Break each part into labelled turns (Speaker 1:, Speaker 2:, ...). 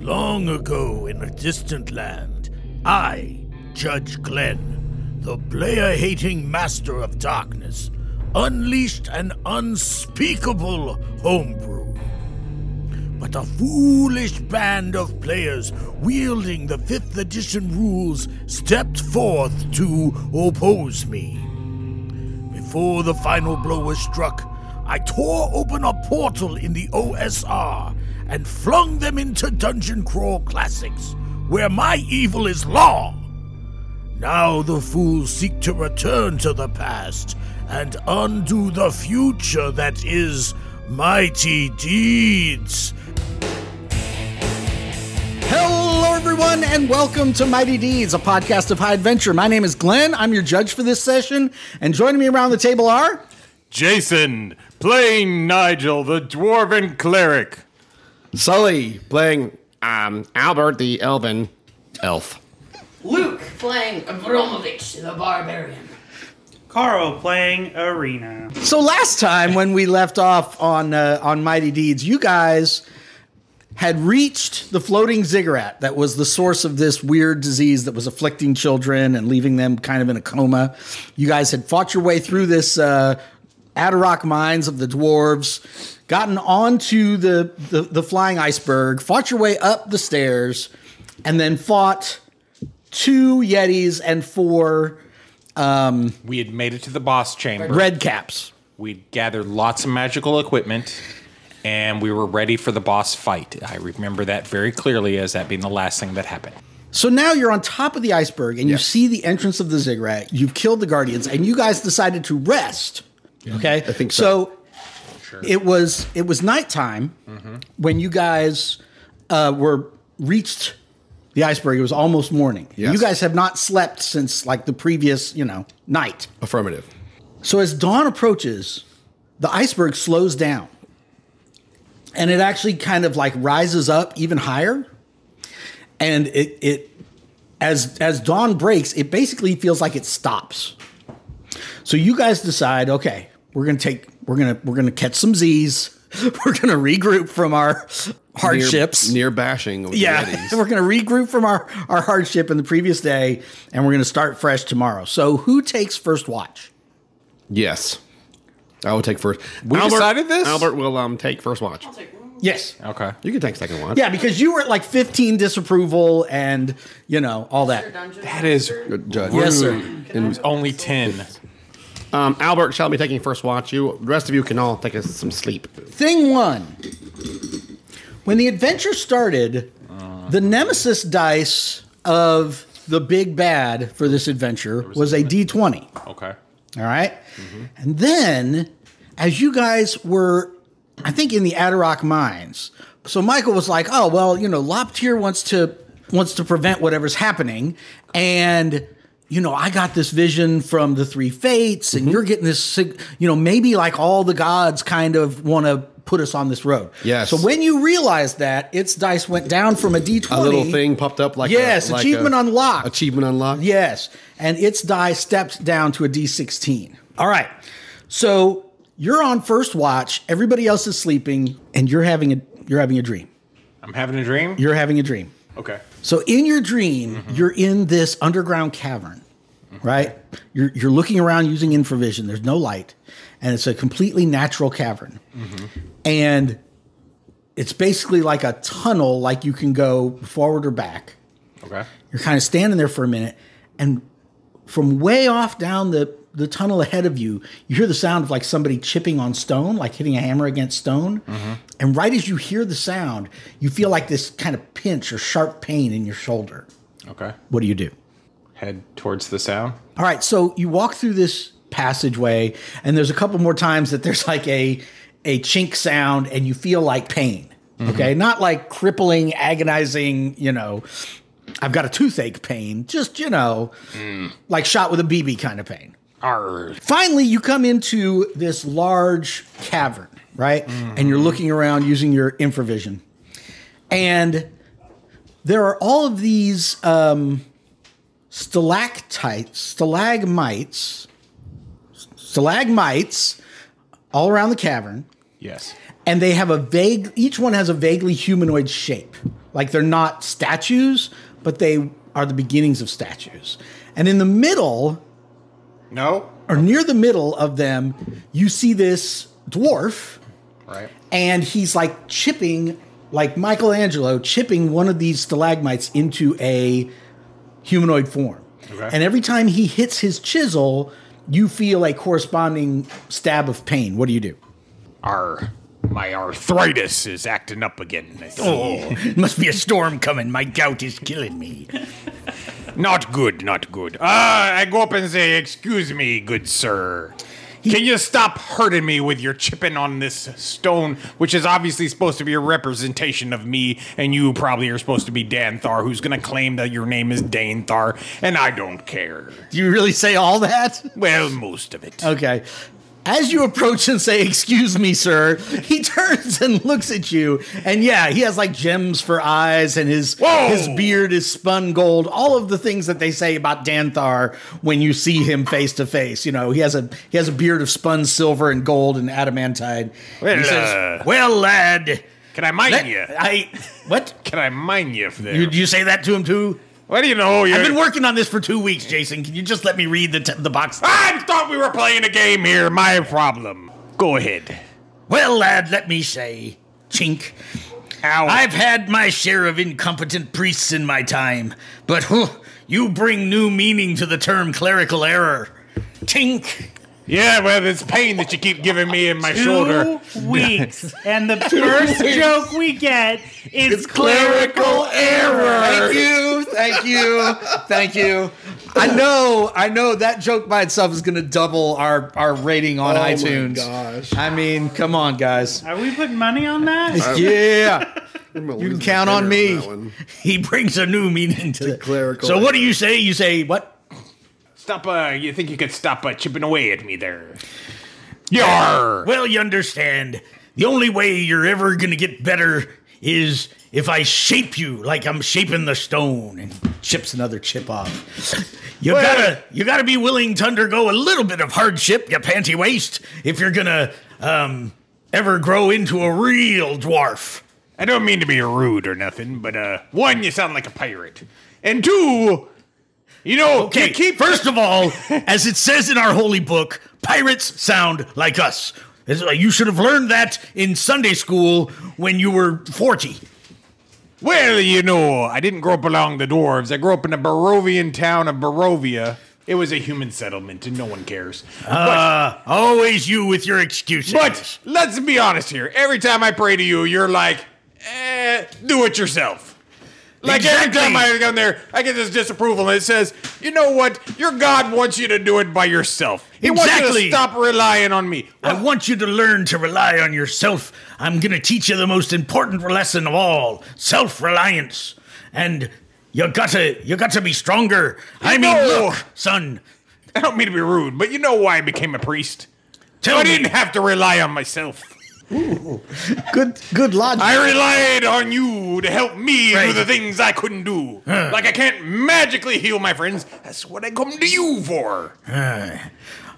Speaker 1: Long ago in a distant land, I, Judge Glenn, the player hating master of darkness, unleashed an unspeakable homebrew. But a foolish band of players wielding the 5th edition rules stepped forth to oppose me. Before the final blow was struck, I tore open a portal in the OSR and flung them into Dungeon Crawl Classics, where my evil is law. Now the fools seek to return to the past and undo the future that is mighty deeds.
Speaker 2: Hello, everyone, and welcome to Mighty Deeds, a podcast of high adventure. My name is Glenn. I'm your judge for this session, and joining me around the table are
Speaker 3: Jason playing Nigel, the dwarven cleric.
Speaker 4: Sully playing um, Albert the Elven Elf.
Speaker 5: Luke playing Abramovich the Barbarian.
Speaker 6: Caro playing Arena.
Speaker 2: So last time when we left off on uh, on Mighty Deeds, you guys had reached the floating ziggurat that was the source of this weird disease that was afflicting children and leaving them kind of in a coma. You guys had fought your way through this uh, Adarok mines of the dwarves, gotten onto the, the the flying iceberg, fought your way up the stairs, and then fought two yetis and four
Speaker 7: We had made it to the boss chamber.
Speaker 2: red caps.
Speaker 7: We'd gathered lots of magical equipment, and we were ready for the boss fight. I remember that very clearly as that being the last thing that happened.
Speaker 2: So now you're on top of the iceberg and you see the entrance of the ziggurat. You've killed the guardians and you guys decided to rest. Okay? I
Speaker 4: think so.
Speaker 2: it was it was nighttime
Speaker 4: Mm-hmm.
Speaker 2: when you guys uh, were reached the iceberg. It was almost morning.
Speaker 4: Yes.
Speaker 2: You guys have not slept since like the previous, you know, night.
Speaker 4: Affirmative.
Speaker 2: So as dawn approaches, the iceberg slows down. And it actually kind of like rises up even higher. And it it as as dawn breaks, it basically feels like it stops. So you guys decide, okay, we're gonna take we're gonna we're gonna catch some Z's. We're gonna regroup from our
Speaker 4: Near-
Speaker 2: hardships.
Speaker 4: Near, bashing. With
Speaker 2: Yeah,
Speaker 4: Yetis.
Speaker 2: we're going to regroup from our, our hardship in the previous day, and we're going to start fresh tomorrow. So, who takes first watch?
Speaker 4: yes. I will take first.
Speaker 7: We decided this?
Speaker 4: Albert will um, take first watch.
Speaker 2: Yes.
Speaker 7: Okay.
Speaker 4: You can take second watch.
Speaker 2: Yeah, because you were at like 15 disapproval and, you know, all that.
Speaker 7: That is
Speaker 4: Good judge.
Speaker 2: Yes, sir.
Speaker 7: only 10.
Speaker 4: Um, Albert shall be taking first watch. You, the rest of you can all take us some sleep.
Speaker 2: Thing one when the adventure started, the nemesis dice of the big bad for this adventure was a d20.
Speaker 7: Okay.
Speaker 2: All right? And then, as you guys were, I think, in the Adarok mines, so Michael was like, "Oh well, you know, Loptier wants to wants to prevent whatever's happening," and you know, I got this vision from the Three Fates,
Speaker 4: Mm-hmm.
Speaker 2: and you're getting this, sig- you know, maybe like all the gods kind of want to put us on this road.
Speaker 4: Yes.
Speaker 2: So when you realized that, its dice went down from a d20.
Speaker 4: A little thing popped up like a-
Speaker 2: Yes,
Speaker 4: like
Speaker 2: achievement
Speaker 4: a-
Speaker 2: unlocked.
Speaker 4: Achievement unlocked.
Speaker 2: Yes, and its die steps down to a d16. All right, so you're on first watch. Everybody else is sleeping, and you're having a you're having a dream.
Speaker 7: I'm having a dream?
Speaker 2: You're having a dream.
Speaker 7: okay.
Speaker 2: So in your dream, you're in this underground cavern, right? You're you're looking around using infravision. There's no light, and it's a completely natural cavern, and it's basically like a tunnel. Like you can go forward or back
Speaker 7: Okay.
Speaker 2: you're kind of standing there for a minute and from way off down the the tunnel ahead of you you hear the sound of like somebody chipping on stone like hitting a hammer against stone and right as you hear the sound you feel like this kind of pinch or sharp pain in your shoulder
Speaker 7: Okay.
Speaker 2: what do you do
Speaker 7: Head towards the sound.
Speaker 2: all right, so you walk through this passageway, and there's a couple more times that there's like a a chink sound, and you feel like pain. Okay, not like crippling, agonizing. You know, I've got a toothache pain. Just you know, like shot with a BB kind of pain.
Speaker 7: Arr.
Speaker 2: Finally, you come into this large cavern, right? And you're looking around using your infravision, and there are all of these um, stalactites, stalagmites, stalagmites all around the cavern,
Speaker 7: Yes.
Speaker 2: and they have a vague each one has a vaguely humanoid shape like they're not statues but they are the beginnings of statues and in the middle
Speaker 3: No?
Speaker 2: or near the middle of them you see this dwarf
Speaker 7: Right.
Speaker 2: and he's like chipping like michelangelo chipping one of these stalagmites into a humanoid form and every time he hits his chisel you feel a corresponding stab of pain what do you do
Speaker 7: Our my arthritis is acting up again. I see.
Speaker 1: Oh, must be a storm coming. My gout is killing me.
Speaker 7: Not good, not good. Ah, I go up and say, "Excuse me, good sir. Can you stop hurting me with your chipping on this stone, which is obviously supposed to be a representation of me, and you probably are supposed to be Danthar, who's going to claim that your name is Danthar, and I don't care.
Speaker 2: do you really say all that
Speaker 7: Well, most of it.
Speaker 2: Okay. As you approach and say, Excuse me, sir, he turns and looks at you. And yeah, he has like gems for eyes and his
Speaker 7: Whoa!
Speaker 2: his beard is spun gold. All of the things that they say about Danthar when you see him face to face. You know, he has a he has a beard of spun silver and gold and adamantine.
Speaker 7: Well,
Speaker 2: he
Speaker 7: uh,
Speaker 1: Well, lad,
Speaker 7: can I mine
Speaker 1: that-
Speaker 7: you?
Speaker 1: I what?
Speaker 7: Can I mine you for
Speaker 1: You,
Speaker 7: there?
Speaker 1: you say that to him too?
Speaker 7: What do you know? You're,
Speaker 1: I've been working on this for two weeks, Jason. Can you just let me read the t- the box?
Speaker 7: I thought we were playing a game here. My problem. Go ahead.
Speaker 1: Well, lad, let me say, chink.
Speaker 7: Ow.
Speaker 2: Oh.
Speaker 1: I've had my share of incompetent priests in my time, but huh, you bring new meaning to the term clerical error. Tink.
Speaker 7: yeah, well, it's pain that you keep giving me in my shoulder.
Speaker 6: Two weeks, and the first joke we get is clerical.
Speaker 2: Oh, Thank you, thank you, thank you. I know, I know that joke by itself is going to double our our rating on
Speaker 4: my
Speaker 2: iTunes.
Speaker 4: gosh.
Speaker 2: I mean, come on, guys.
Speaker 6: Are we putting money on that?
Speaker 2: Yeah.
Speaker 4: You
Speaker 2: can count on me.
Speaker 1: He brings a new meaning to the
Speaker 4: clerical
Speaker 1: So what do you say? You say what?
Speaker 7: Stop, uh, you think you could stop uh, chipping away at me there? Yar!
Speaker 1: Well, you understand. The only way you're ever gonna get better is if I shape you like I'm shaping the stone. And
Speaker 2: Chips another chip off.
Speaker 1: you gotta you gotta be willing to undergo a little bit of hardship, you panty waist, if you're gonna um ever grow into a real dwarf.
Speaker 7: I don't mean to be rude or nothing, but, uh, one, you sound like a pirate. And two, you know,
Speaker 1: Okay,
Speaker 7: you keep.
Speaker 1: first of all, as it says in our holy book, pirates sound like us. It's like You should have learned that in Sunday school when you were 40.
Speaker 7: Well, you know, I didn't grow up along the dwarves. I grew up in a Barovian town of Barovia. It was a human settlement, and no one cares.
Speaker 1: Uh, always you with your excuses.
Speaker 7: But let's be honest here. Every time I pray to you, you're like, eh, do it yourself. Like
Speaker 1: Exactly.
Speaker 7: every time I come there, I get this disapproval, and it says, you know what? Your God wants you to do it by yourself. He wants you
Speaker 1: Exactly.
Speaker 7: to stop relying on me.
Speaker 1: I want you to learn to rely on yourself. I'm going to teach you the most important lesson of all, self-reliance. And you got to you got to be stronger. I mean,
Speaker 7: know-
Speaker 1: look, son.
Speaker 7: I don't mean to be rude, but you know why I became a priest?
Speaker 1: Tell
Speaker 7: I
Speaker 1: me.
Speaker 7: didn't have to rely on myself.
Speaker 2: Good good logic.
Speaker 7: I relied on you to help me do
Speaker 1: Right.
Speaker 7: the things I couldn't do. Like I can't magically heal my friends. That's what I come to you for.
Speaker 1: Ah.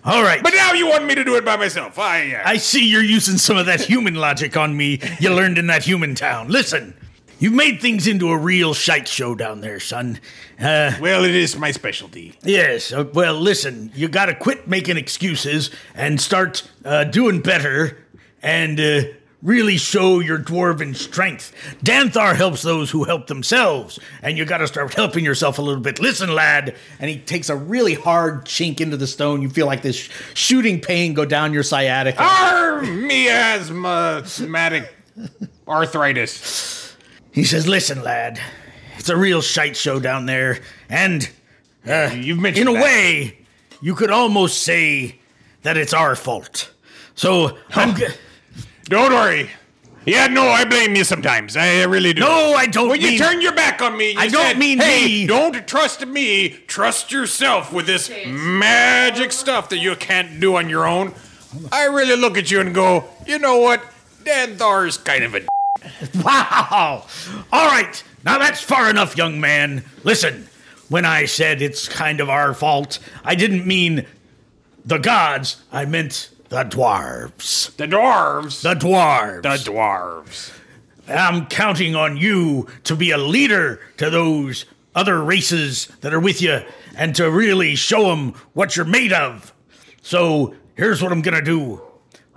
Speaker 1: all right.
Speaker 7: But now you want me to do it by myself. I, uh,
Speaker 1: I see you're using some of that human logic on me you learned in that human town. Listen, you've made things into a real shite show down there, son. Uh,
Speaker 7: Well, it is my specialty.
Speaker 1: yes, uh, well, listen, you gotta quit making excuses and start uh, doing better and uh, really show your dwarven strength. Danthar helps those who help themselves, and you gotta start helping yourself a little bit. Listen, lad,
Speaker 2: and he takes a really hard chink into the stone. You feel like this sh- shooting pain go down your sciatica.
Speaker 7: Arr, miasma, somatic arthritis.
Speaker 1: he says, listen, lad, it's a real shite show down there, and
Speaker 7: You've
Speaker 1: in
Speaker 7: mentioned
Speaker 1: a
Speaker 7: that.
Speaker 1: way, you could almost say that it's our fault. So
Speaker 7: Oh.
Speaker 1: I'm g-
Speaker 7: Don't worry. Yeah, no, I blame you sometimes. I really do.
Speaker 1: no, I don't
Speaker 7: When you
Speaker 1: mean-
Speaker 7: turn your back on me, you
Speaker 1: I don't
Speaker 7: said,
Speaker 1: mean
Speaker 7: hey,
Speaker 1: me."
Speaker 7: Don't trust me. Trust yourself with this
Speaker 5: Yes.
Speaker 7: magic stuff that you can't do on your own. I really look at you and go, you know what? Danthar is kind of a. D-.
Speaker 1: Wow! All right, now that's far enough, young man. Listen, when I said it's kind of our fault, I didn't mean the gods. I meant The dwarves.
Speaker 7: The dwarves.
Speaker 1: The dwarves.
Speaker 7: the dwarves.
Speaker 1: I'm counting on you to be a leader to those other races that are with you and to really show them what you're made of. So here's what I'm going to do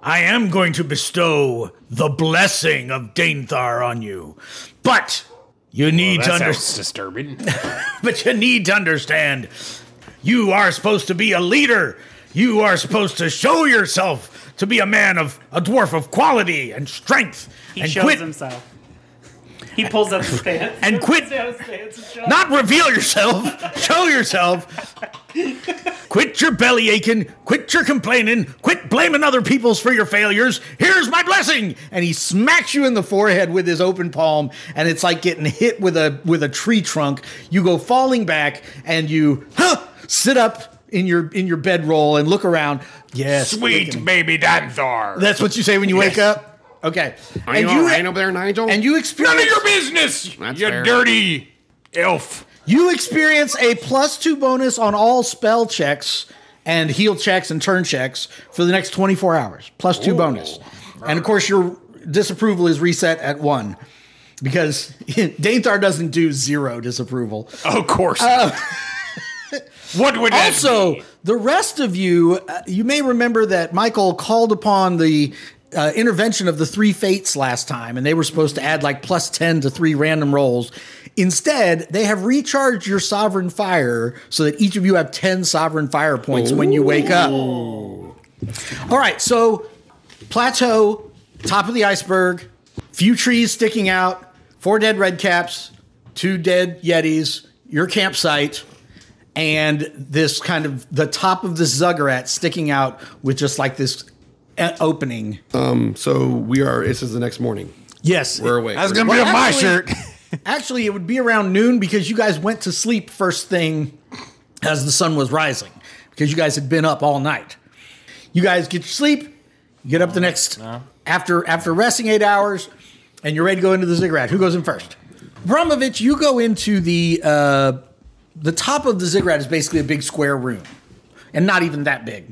Speaker 1: I am going to bestow the blessing of Danethar on you. But you need
Speaker 7: That
Speaker 1: to understand
Speaker 7: sounds disturbing.
Speaker 1: but you need to understand you are supposed to be a leader. You are supposed to show yourself to be a man of a dwarf of quality and strength
Speaker 6: He
Speaker 1: and
Speaker 6: shows
Speaker 1: quit
Speaker 6: himself. He pulls up his pants.
Speaker 1: and quit
Speaker 6: Down his pants and shows.
Speaker 1: not reveal yourself, show yourself. quit your belly aching, quit your complaining, quit blaming other people's for your failures. Here's my blessing.
Speaker 2: and he smacks you in the forehead with his open palm and it's like getting hit with a with a tree trunk you go falling back and you huh, sit up in your in your bedroll and look around yes
Speaker 7: Sweet baby Danthar.
Speaker 2: that's what you say when you wake up okay
Speaker 4: Are you, all right over there, Nigel?
Speaker 2: and you
Speaker 7: None
Speaker 2: experience
Speaker 7: of your business.
Speaker 4: That's
Speaker 7: you
Speaker 4: fair.
Speaker 7: dirty elf.
Speaker 2: You experience a plus two bonus on all spell checks and heal checks and turn checks for the next 24 hours. Plus two bonus. And of course, your disapproval is reset at one because Dainthar doesn't do zero disapproval.
Speaker 7: Of course.
Speaker 1: Oh.
Speaker 7: what would that
Speaker 2: Also,
Speaker 7: be?
Speaker 2: the rest of you, uh, you may remember that Michael called upon the uh, intervention of the three fates last time, and they were supposed to add like plus 10 to three random rolls. Instead, they have recharged your sovereign fire so that each of you have 10 sovereign fire points when you wake up. All right, so plateau, top of the iceberg, few trees sticking out, four dead red caps, two dead yetis, your campsite and this kind of the top of the zuggurat sticking out with just like this uh, opening.
Speaker 4: so we are. This is the next morning.
Speaker 2: Yes,
Speaker 4: We're awake.
Speaker 7: That's gonna be
Speaker 2: Well,
Speaker 7: on my
Speaker 2: actually-
Speaker 7: shirt.
Speaker 2: actually, it would be around noon because you guys went to sleep first thing as the sun was rising because you guys had been up all night. You guys get your sleep, you get up the next after after resting eight hours, and you're ready to go into the ziggurat. Who goes in first? Bromovich, you go into the uh, the top of the ziggurat is basically a big square room, and not even that big.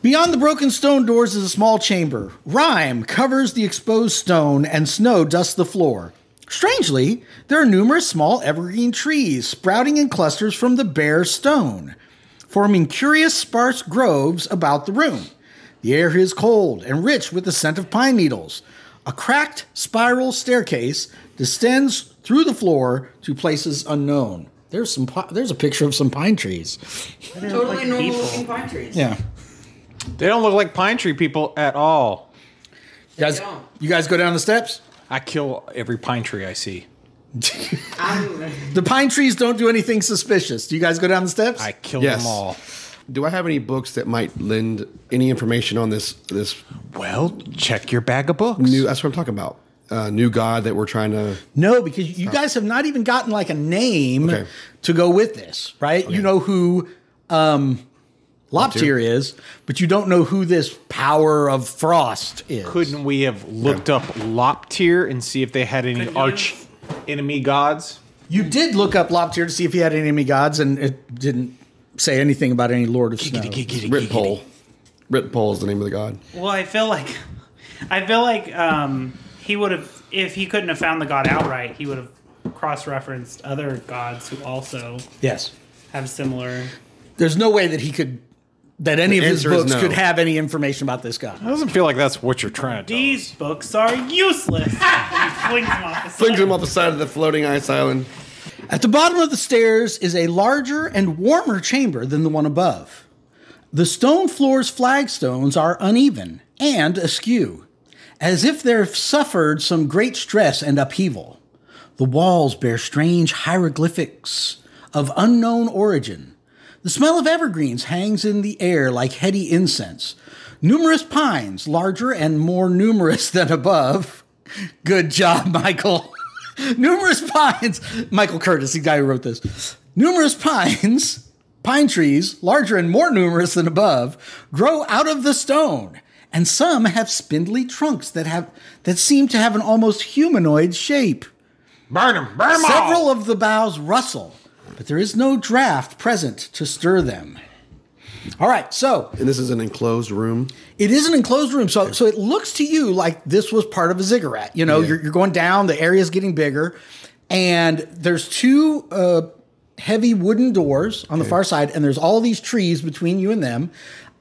Speaker 2: Beyond the broken stone doors is a small chamber. Rime covers the exposed stone, and snow dusts the floor. Strangely, there are numerous small evergreen trees sprouting in clusters from the bare stone, forming curious sparse groves about the room. The air is cold and rich with the scent of pine needles. A cracked spiral staircase descends through the floor to places unknown. There's some. pi- There's a picture of some pine trees.
Speaker 5: Totally normal looking pine trees.
Speaker 2: Yeah.
Speaker 7: they don't look like pine tree people at all.
Speaker 2: You guys,
Speaker 5: don't.
Speaker 2: you guys go down the steps.
Speaker 7: I kill every pine tree I see.
Speaker 5: I'm,
Speaker 2: The pine trees don't do anything suspicious. Do you guys go down the steps?
Speaker 7: I kill
Speaker 4: Yes.
Speaker 7: them all.
Speaker 4: Do I have any books that might lend any information on this? This
Speaker 7: Well, check your bag of books.
Speaker 4: new. That's what I'm talking about. Uh, new god that we're trying to.
Speaker 2: no, because you guys have not even gotten like a name
Speaker 4: Okay.
Speaker 2: to go with this, right? You know who um, Loptier is, but you don't know who this power of frost is.
Speaker 7: Couldn't we have looked up Loptir and see if they had any arch enemy gods?
Speaker 2: You did look up Loptier to see if he had enemy gods, and it didn't say anything about any Lord of Snow.
Speaker 4: Rip pole. Rip pole is the name of the god.
Speaker 6: Well, I feel like, I feel like um, he would have if he couldn't have found the god outright. He would have cross-referenced other gods who also
Speaker 2: Yes.
Speaker 6: have similar.
Speaker 2: There's no way that he could, that any of his
Speaker 4: answer is
Speaker 2: books
Speaker 4: no.
Speaker 2: could have any information about this guy.
Speaker 7: Doesn't feel like that's what you're trying to do.
Speaker 6: These books are useless. he flings them off the
Speaker 4: Flings
Speaker 6: side.
Speaker 4: him off the side of the floating ice island.
Speaker 2: At the bottom of the stairs is a larger and warmer chamber than the one above. The stone floor's flagstones are uneven and askew, as if they've suffered some great stress and upheaval. The walls bear strange hieroglyphics of unknown origin. The smell of evergreens hangs in the air like heady incense. Numerous pines, larger and more numerous than above. Good job, Michael. numerous pines. Michael Curtis, the guy who wrote this. Numerous pines, pine trees, larger and more numerous than above, grow out of the stone, and some have spindly trunks that have that seem to have an almost humanoid shape.
Speaker 7: Burn them, burn them
Speaker 2: Several of the boughs rustle, but there is no draft present to stir them. All right, so
Speaker 4: And this is an enclosed room.
Speaker 2: it is an enclosed room, so so it looks to you like this was part of a ziggurat. You know, you're, you're going down, the area's getting bigger, and there's two uh, heavy wooden doors on the far side, and there's all these trees between you and them.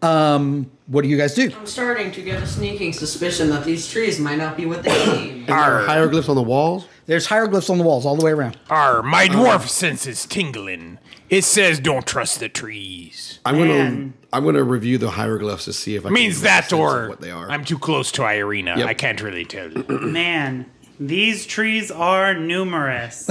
Speaker 2: Um, what do you guys do?
Speaker 5: I'm starting to get a sneaking suspicion that these trees might not be what they seem.
Speaker 4: And there are hieroglyphs on the walls.
Speaker 2: There's hieroglyphs on the walls all the way around.
Speaker 7: Arr, my dwarf sense is tingling. It says don't trust the trees.
Speaker 4: I'm gonna
Speaker 6: Man.
Speaker 4: I'm gonna review the hieroglyphs to see if I
Speaker 7: Means
Speaker 4: can make
Speaker 7: that
Speaker 4: sense of
Speaker 7: or
Speaker 4: what they are.
Speaker 7: I'm too close to Irina.
Speaker 4: Yep.
Speaker 7: I can't really tell.
Speaker 6: Man, these trees are numerous.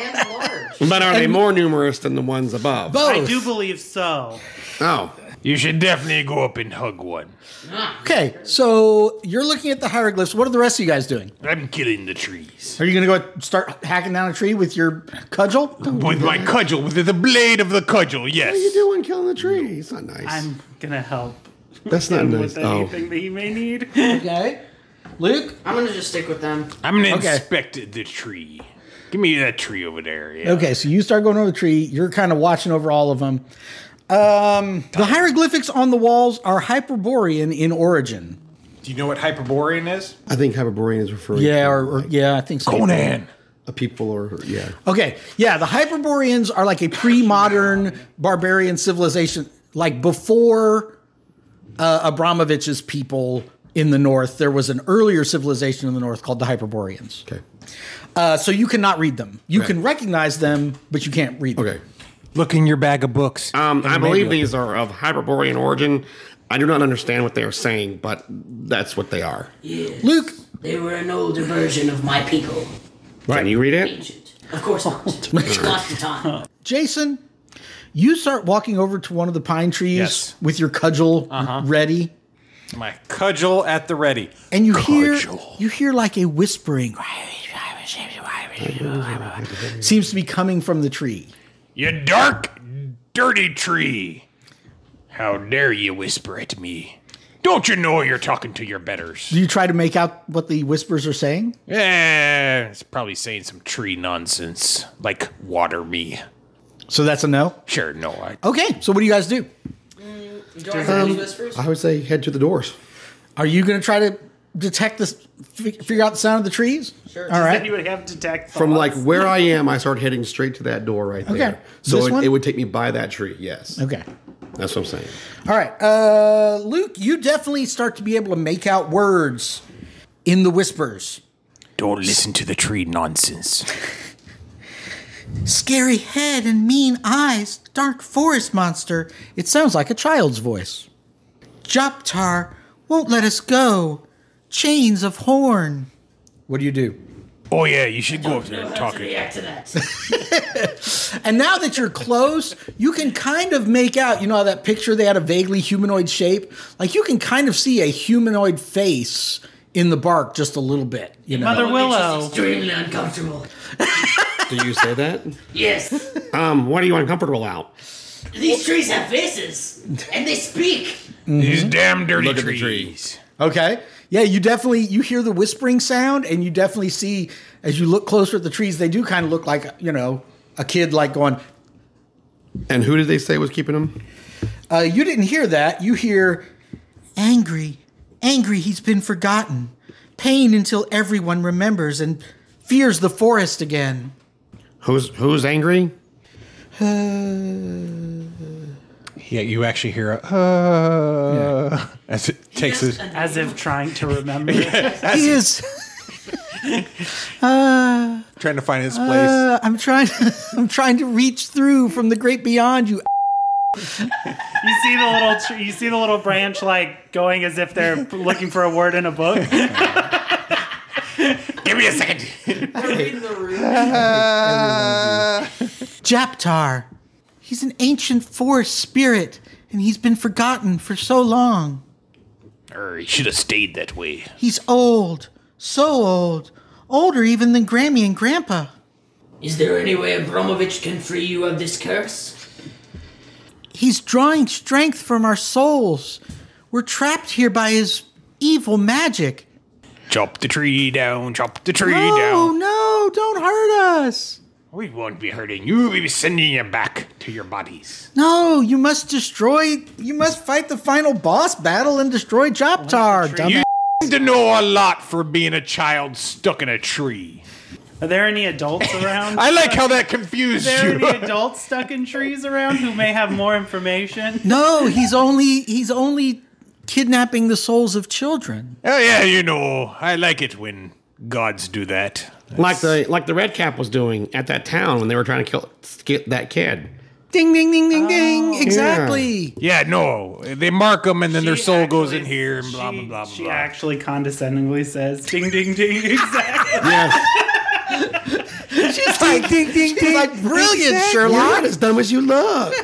Speaker 5: and large.
Speaker 4: but are they more numerous than the ones above?
Speaker 6: I
Speaker 2: Both.
Speaker 6: do believe so.
Speaker 4: oh,
Speaker 7: you should definitely go up and hug one.
Speaker 2: okay, so you're looking at the hieroglyphs. What are the rest of you guys doing?
Speaker 7: I'm killing the trees.
Speaker 2: Are you going to go start hacking down a tree with your cudgel?
Speaker 7: With my cudgel, with the blade of the cudgel, yes.
Speaker 4: what are you doing killing the tree? It's not nice.
Speaker 6: I'm gonna help
Speaker 4: That's not
Speaker 6: him
Speaker 4: nice.
Speaker 6: with
Speaker 4: Oh,
Speaker 6: anything that he may need.
Speaker 2: Okay, Luke.
Speaker 5: I'm gonna just stick with them.
Speaker 7: I'm gonna
Speaker 2: Okay.
Speaker 7: inspect the tree. Give me that tree over there. Yeah.
Speaker 2: Okay, so you start going over the tree. You're kind of watching over all of them. Um, the hieroglyphics on the walls are Hyperborean in origin.
Speaker 7: Do you know what Hyperborean is?
Speaker 4: I think Hyperborean is referring.
Speaker 2: Yeah,
Speaker 4: to
Speaker 2: or, or yeah, I think so.
Speaker 7: Conan.
Speaker 4: a people or yeah.
Speaker 2: Okay, yeah, the Hyperboreans are like a pre-modern barbarian civilization, like before uh, Abramovich's people in the north. There was an earlier civilization in the north called the Hyperboreans.
Speaker 4: Okay.
Speaker 2: Uh, so you cannot read them. You
Speaker 4: Right.
Speaker 2: can recognize them, but you can't read them.
Speaker 4: Okay.
Speaker 7: Look in your bag of books.
Speaker 4: Um, I believe these are of Hyperborean origin. I do not understand what they are saying, but that's what they are.
Speaker 2: Luke,
Speaker 5: They were an older version of my people.
Speaker 4: Can you read it?
Speaker 5: Ancient. Of course not. not the time.
Speaker 2: Jason, you start walking over to one of the pine trees
Speaker 7: Yes.
Speaker 2: with your cudgel ready,
Speaker 7: my cudgel at the ready.
Speaker 2: and you
Speaker 7: Cudgel.
Speaker 2: hear you hear like a whispering. Seems to be coming from the tree.
Speaker 7: You dark, dirty tree. How dare you whisper at me? Don't you know you're talking to your betters?
Speaker 2: Do you try to make out what the whispers are saying?
Speaker 7: Yeah, Eh, it's probably saying some tree nonsense. Like, water me.
Speaker 2: So that's a no.
Speaker 7: Sure, no, I.
Speaker 2: Okay, so what do you guys do?
Speaker 5: Do I hear
Speaker 2: Um,
Speaker 5: any
Speaker 4: Um,
Speaker 5: whispers?
Speaker 4: I would say head to the doors.
Speaker 2: Are you going to try to detect this, fi- figure out the sound of the trees? Sure. All
Speaker 6: Then
Speaker 2: right.
Speaker 6: you would have detect
Speaker 4: From like
Speaker 6: thoughts.
Speaker 4: where I am, I start heading straight to that door right there. So
Speaker 2: This
Speaker 4: it,
Speaker 2: one?
Speaker 4: it would take me by that tree. Yes.
Speaker 2: Okay.
Speaker 4: That's what I'm saying.
Speaker 2: All right. Uh, Luke, you definitely start to be able to make out words in the whispers.
Speaker 7: Don't listen to the tree nonsense.
Speaker 2: Scary head and mean eyes, dark forest monster. It sounds like a child's voice. Joptar won't let us go. Chains of horn. What do you do?
Speaker 7: Oh, yeah, you should go up there and talk.
Speaker 5: To react to that.
Speaker 2: And now that you're close, you can kind of make out, you know, how that picture they had a vaguely humanoid shape? Like you can kind of see a humanoid face in the bark just a little bit, you know?
Speaker 6: Mother
Speaker 5: It's
Speaker 6: Willow.
Speaker 5: extremely uncomfortable.
Speaker 4: Do you say that?
Speaker 5: Yes.
Speaker 4: Um, what are you uncomfortable about?
Speaker 5: These trees have faces. And they speak.
Speaker 7: These damn dirty
Speaker 4: Mm-hmm. Look at the
Speaker 7: trees.
Speaker 4: trees.
Speaker 2: Okay. Yeah, you definitely you hear the whispering sound, and you definitely see as you look closer at the trees, they do kind of look like you know a kid like going.
Speaker 4: And who did they say was keeping them?
Speaker 2: Uh, you didn't hear that. You hear angry, angry. He's been forgotten. Pain until everyone remembers and fears the forest again.
Speaker 4: Who's who's angry?
Speaker 3: Yeah, you actually hear a uh, as it takes
Speaker 5: Yes,
Speaker 3: a
Speaker 5: and
Speaker 6: As if trying to remember.
Speaker 2: he is.
Speaker 3: trying to find its place.
Speaker 2: Uh, I'm trying. I'm trying to reach through from the great beyond. You.
Speaker 6: You see the little tr- you see the little branch like going as if they're looking for a word in a book.
Speaker 7: Give me a second.
Speaker 5: they're reading the room.
Speaker 2: Japtar. He's an ancient forest spirit, and he's been forgotten for so long.
Speaker 7: Or he should have stayed that way.
Speaker 2: He's old, so old, older even than Grammy and Grandpa.
Speaker 5: Is there any way Abramovich can free you of this curse?
Speaker 2: He's drawing strength from our souls. We're trapped here by his evil magic.
Speaker 7: Chop the tree down, chop the tree
Speaker 2: Oh, No,
Speaker 7: down.
Speaker 2: no, don't hurt us.
Speaker 7: We won't be hurting you. We'll be sending you back to your bodies.
Speaker 2: No, you must destroy. You must fight the final boss battle and destroy Joptar. dumbass.
Speaker 7: You seem to know a lot for being a child stuck in a tree.
Speaker 6: Are there any adults around?
Speaker 7: I like how that confused
Speaker 6: Are there
Speaker 7: you.
Speaker 6: any adults stuck in trees around who may have more information?
Speaker 2: No, he's only he's only kidnapping the souls of children.
Speaker 7: Oh yeah, you know, I like it when gods do that.
Speaker 4: Like the like the red cap was doing at that town when they were trying to kill sk- that kid.
Speaker 2: Ding ding ding ding ding. Exactly.
Speaker 7: Yeah, no, Oh, they mark them and then their
Speaker 6: She
Speaker 7: soul goes in
Speaker 6: actually-
Speaker 7: here and blah
Speaker 6: she-
Speaker 7: blah blah blah.
Speaker 6: She
Speaker 7: blah.
Speaker 6: actually condescendingly says, "Ding ding ding." Exactly.
Speaker 4: Yes,
Speaker 2: She's like ding ding ding. Like brilliant, Sherlock.
Speaker 4: as dumb as you look.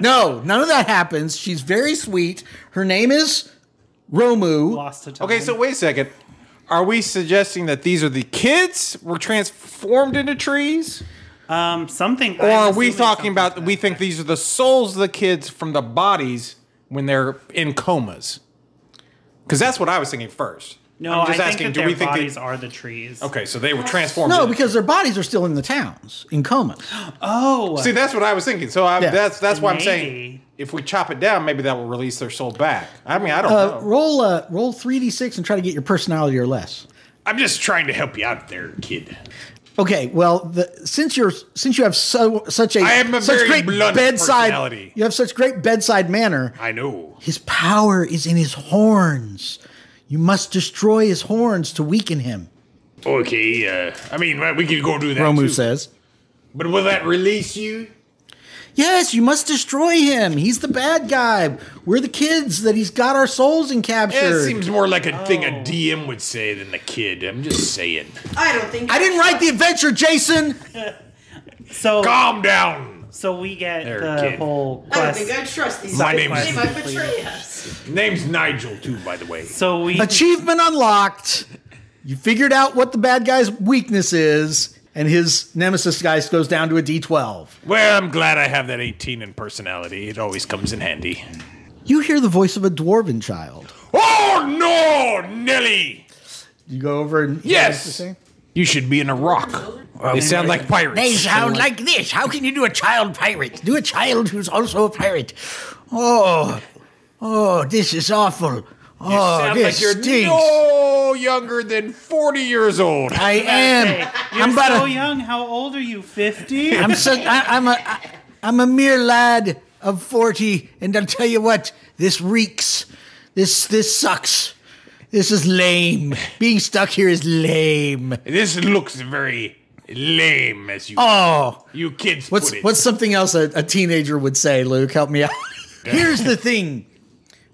Speaker 2: No, none of that happens. She's very sweet. Her name is Romu.
Speaker 6: Lost to time.
Speaker 7: Okay, so wait a second. Are we suggesting that these are the kids were transformed into trees,
Speaker 6: um, something.
Speaker 7: or are we talking about we think these are the souls of the kids from the bodies when they're in comas? Because that's what I was thinking first.
Speaker 6: No,
Speaker 7: I'm just
Speaker 6: I
Speaker 7: asking,
Speaker 6: think that
Speaker 7: do
Speaker 6: their
Speaker 7: we think they-
Speaker 6: bodies are the trees.
Speaker 7: Okay, so they were transformed.
Speaker 2: No,
Speaker 7: into-
Speaker 2: because their bodies are still in the towns in comas.
Speaker 6: Oh,
Speaker 7: see, that's what I was thinking. So I,
Speaker 2: Yeah.
Speaker 7: that's that's why I'm saying
Speaker 6: Maybe.
Speaker 7: if we chop it down, maybe that will release their soul back. I mean, I don't
Speaker 2: Uh,
Speaker 7: know.
Speaker 2: roll uh, roll three d six and try to get your personality or less.
Speaker 7: I'm just trying to help you out there, kid.
Speaker 2: Okay, well, the, since you're since you have so such a
Speaker 7: I am a
Speaker 2: such
Speaker 7: very
Speaker 2: great
Speaker 7: blunt
Speaker 2: bedside
Speaker 7: personality.
Speaker 2: you have such great bedside manner.
Speaker 7: I know.
Speaker 2: His power is in his horns. You must destroy his horns to weaken him.
Speaker 7: Okay, uh, I mean, we could go do that. too.
Speaker 2: says.
Speaker 7: But will that release you?
Speaker 2: Yes, you must destroy him. He's the bad guy. We're the kids that he's got our souls in
Speaker 7: It
Speaker 2: capture.
Speaker 7: seems more like a thing a DM would say than the kid. I'm just saying.
Speaker 8: I don't think
Speaker 2: I didn't write the adventure, Jason.
Speaker 6: so
Speaker 7: Calm down.
Speaker 6: so we get
Speaker 7: There,
Speaker 6: the
Speaker 7: kid.
Speaker 6: whole
Speaker 8: I don't
Speaker 6: quest.
Speaker 8: think I trust these
Speaker 7: My name
Speaker 8: people.
Speaker 7: is-
Speaker 8: They might betray us.
Speaker 7: Name's Nigel too, by the way.
Speaker 6: so we
Speaker 2: Achievement unlocked. You figured out what the bad guy's weakness is, and his nemesis guy goes down to a D12.
Speaker 7: Well, I'm glad I have that 18 in personality. It always comes in handy.
Speaker 2: You hear the voice of a dwarven child.
Speaker 7: Oh no, Nelly!
Speaker 2: You go over and
Speaker 7: Yes, you should be in a rock. They sound like pirates.
Speaker 9: They sound like this. How can you do a child pirate? Do a child who's also a pirate. Oh, oh, this is awful. Oh,
Speaker 7: sound
Speaker 9: this
Speaker 7: like you're
Speaker 9: stinks.
Speaker 7: no younger than 40 years old.
Speaker 9: I
Speaker 6: Hey,
Speaker 9: am.
Speaker 6: you're
Speaker 9: I'm about
Speaker 6: so
Speaker 9: a-
Speaker 6: young. How old are you? Fifty.
Speaker 9: I'm so, I, I'm a I, I'm a mere lad of forty, and I'll tell you what, this reeks. This this sucks. This is lame. Being stuck here is lame.
Speaker 7: This looks very lame, as you
Speaker 9: Oh,
Speaker 7: you kids
Speaker 2: What's
Speaker 7: put it.
Speaker 2: what's something else a, a teenager would say, Luke? Help me out.
Speaker 9: Here's the thing.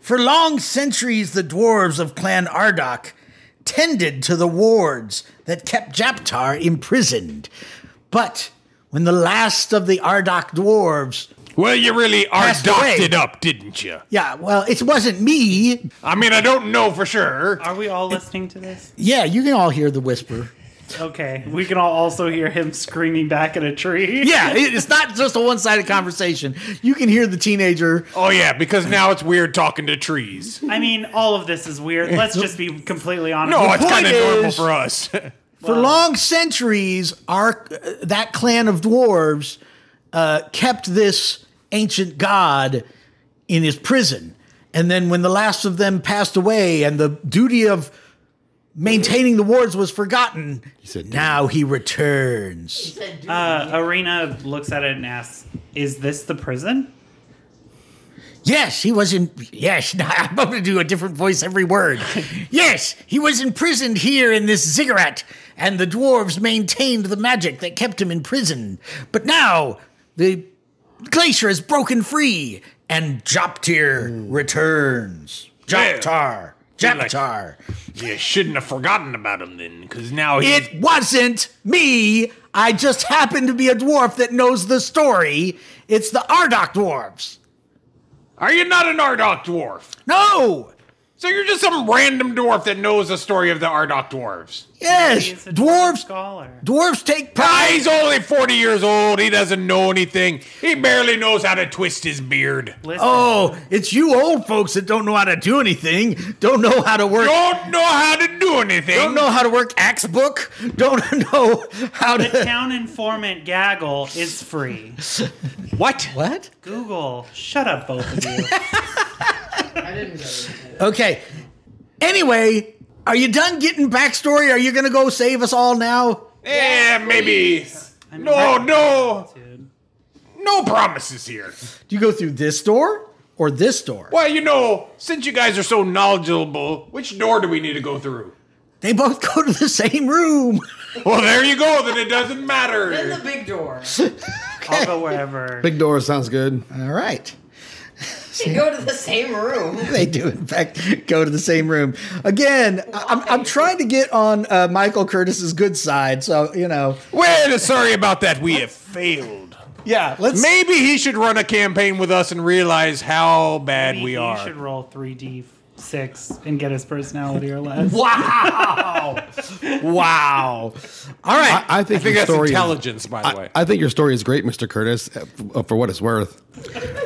Speaker 9: For long centuries, the dwarves of Clan Ardok tended to the wards that kept Japtar imprisoned. But when the last of the Ardok dwarves.
Speaker 7: well, you really are
Speaker 9: Passed away.
Speaker 7: docked it up, didn't you?
Speaker 9: Yeah, well, it wasn't me.
Speaker 7: I mean, I don't know for sure.
Speaker 6: Are we all listening to this?
Speaker 2: yeah, you can all hear the whisper.
Speaker 6: Okay, we can all also hear him screaming back at a tree.
Speaker 2: Yeah, it- it's not just a one sided conversation. You can hear the teenager.
Speaker 7: Oh yeah, because now it's weird talking to trees.
Speaker 6: I mean, all of this is weird. Let's just be completely honest.
Speaker 7: No, it's
Speaker 2: point
Speaker 7: kind of normal
Speaker 2: is-
Speaker 7: for us.
Speaker 2: For long centuries, our uh, that clan of dwarves uh, kept this ancient god in his prison. And then when the last of them passed away and the duty of maintaining the wards was forgotten, now he returns.
Speaker 6: Uh, Arena looks at it and asks, "Is this the prison?"
Speaker 9: Yes, he was in. Yes, now I'm about to do a different voice every word. yes, he was imprisoned here in this ziggurat, and the dwarves maintained the magic that kept him in prison. But now the glacier is broken free, and Joptir returns. Joptar.
Speaker 7: Yeah.
Speaker 9: Joptar.
Speaker 7: you shouldn't have forgotten about him then, because now he's
Speaker 9: It wasn't me. I just happen to be a dwarf that knows the story. It's the Ardok dwarves.
Speaker 7: Are you not an Ardok dwarf?
Speaker 9: No.
Speaker 7: So you're just some random dwarf that knows the story of the Ardok dwarves.
Speaker 9: Yes,
Speaker 6: He's a
Speaker 9: dwarves.
Speaker 6: scholar.
Speaker 9: Dwarves take
Speaker 7: Ah,
Speaker 9: pride.
Speaker 7: he's only 40 years old. He doesn't know anything. He barely knows how to twist his beard.
Speaker 6: Listen,
Speaker 2: Oh,
Speaker 9: Oh, it's you old folks that don't know how to do anything, don't know how to work.
Speaker 7: Don't know how to do do anything.
Speaker 2: Don't know how to work axe book. Don't know how
Speaker 6: The
Speaker 2: to.
Speaker 6: town informant gaggle is free.
Speaker 7: What?
Speaker 2: What?
Speaker 6: Google, shut up, both of you.
Speaker 8: I didn't go.
Speaker 2: Okay. Anyway, are you done getting backstory? Are you gonna go save us all now?
Speaker 7: Yeah, maybe.
Speaker 6: I mean,
Speaker 7: No, no,
Speaker 6: dude.
Speaker 7: no promises here.
Speaker 2: Do you go through this door or this door?
Speaker 7: Well, you know, since you guys are so knowledgeable, which door do we need to go through?
Speaker 2: They both go to the same room.
Speaker 7: Well, there you go. Then it doesn't
Speaker 8: In the
Speaker 7: matter.
Speaker 8: big door.
Speaker 6: I'll go wherever.
Speaker 4: Big door sounds good.
Speaker 2: All right.
Speaker 8: They go to the same room.
Speaker 2: They do, in fact, go to the same room. Again, I- I'm, I'm trying to get on uh, Michael Curtis's good side. So, you know,
Speaker 7: Well, sorry about that. We have failed.
Speaker 2: yeah, let's.
Speaker 7: Maybe he should run a campaign with us and realize how bad
Speaker 6: Maybe
Speaker 7: we
Speaker 6: he
Speaker 7: are.
Speaker 6: should roll three d six and get his personality or less.
Speaker 2: Wow. wow. All right.
Speaker 4: I, I think,
Speaker 7: I think
Speaker 4: your
Speaker 7: that's
Speaker 4: story
Speaker 7: intelligence, by the
Speaker 4: Is,
Speaker 7: way.
Speaker 4: I, I think your story is great, Mr. Curtis, uh, f- uh, for what it's worth.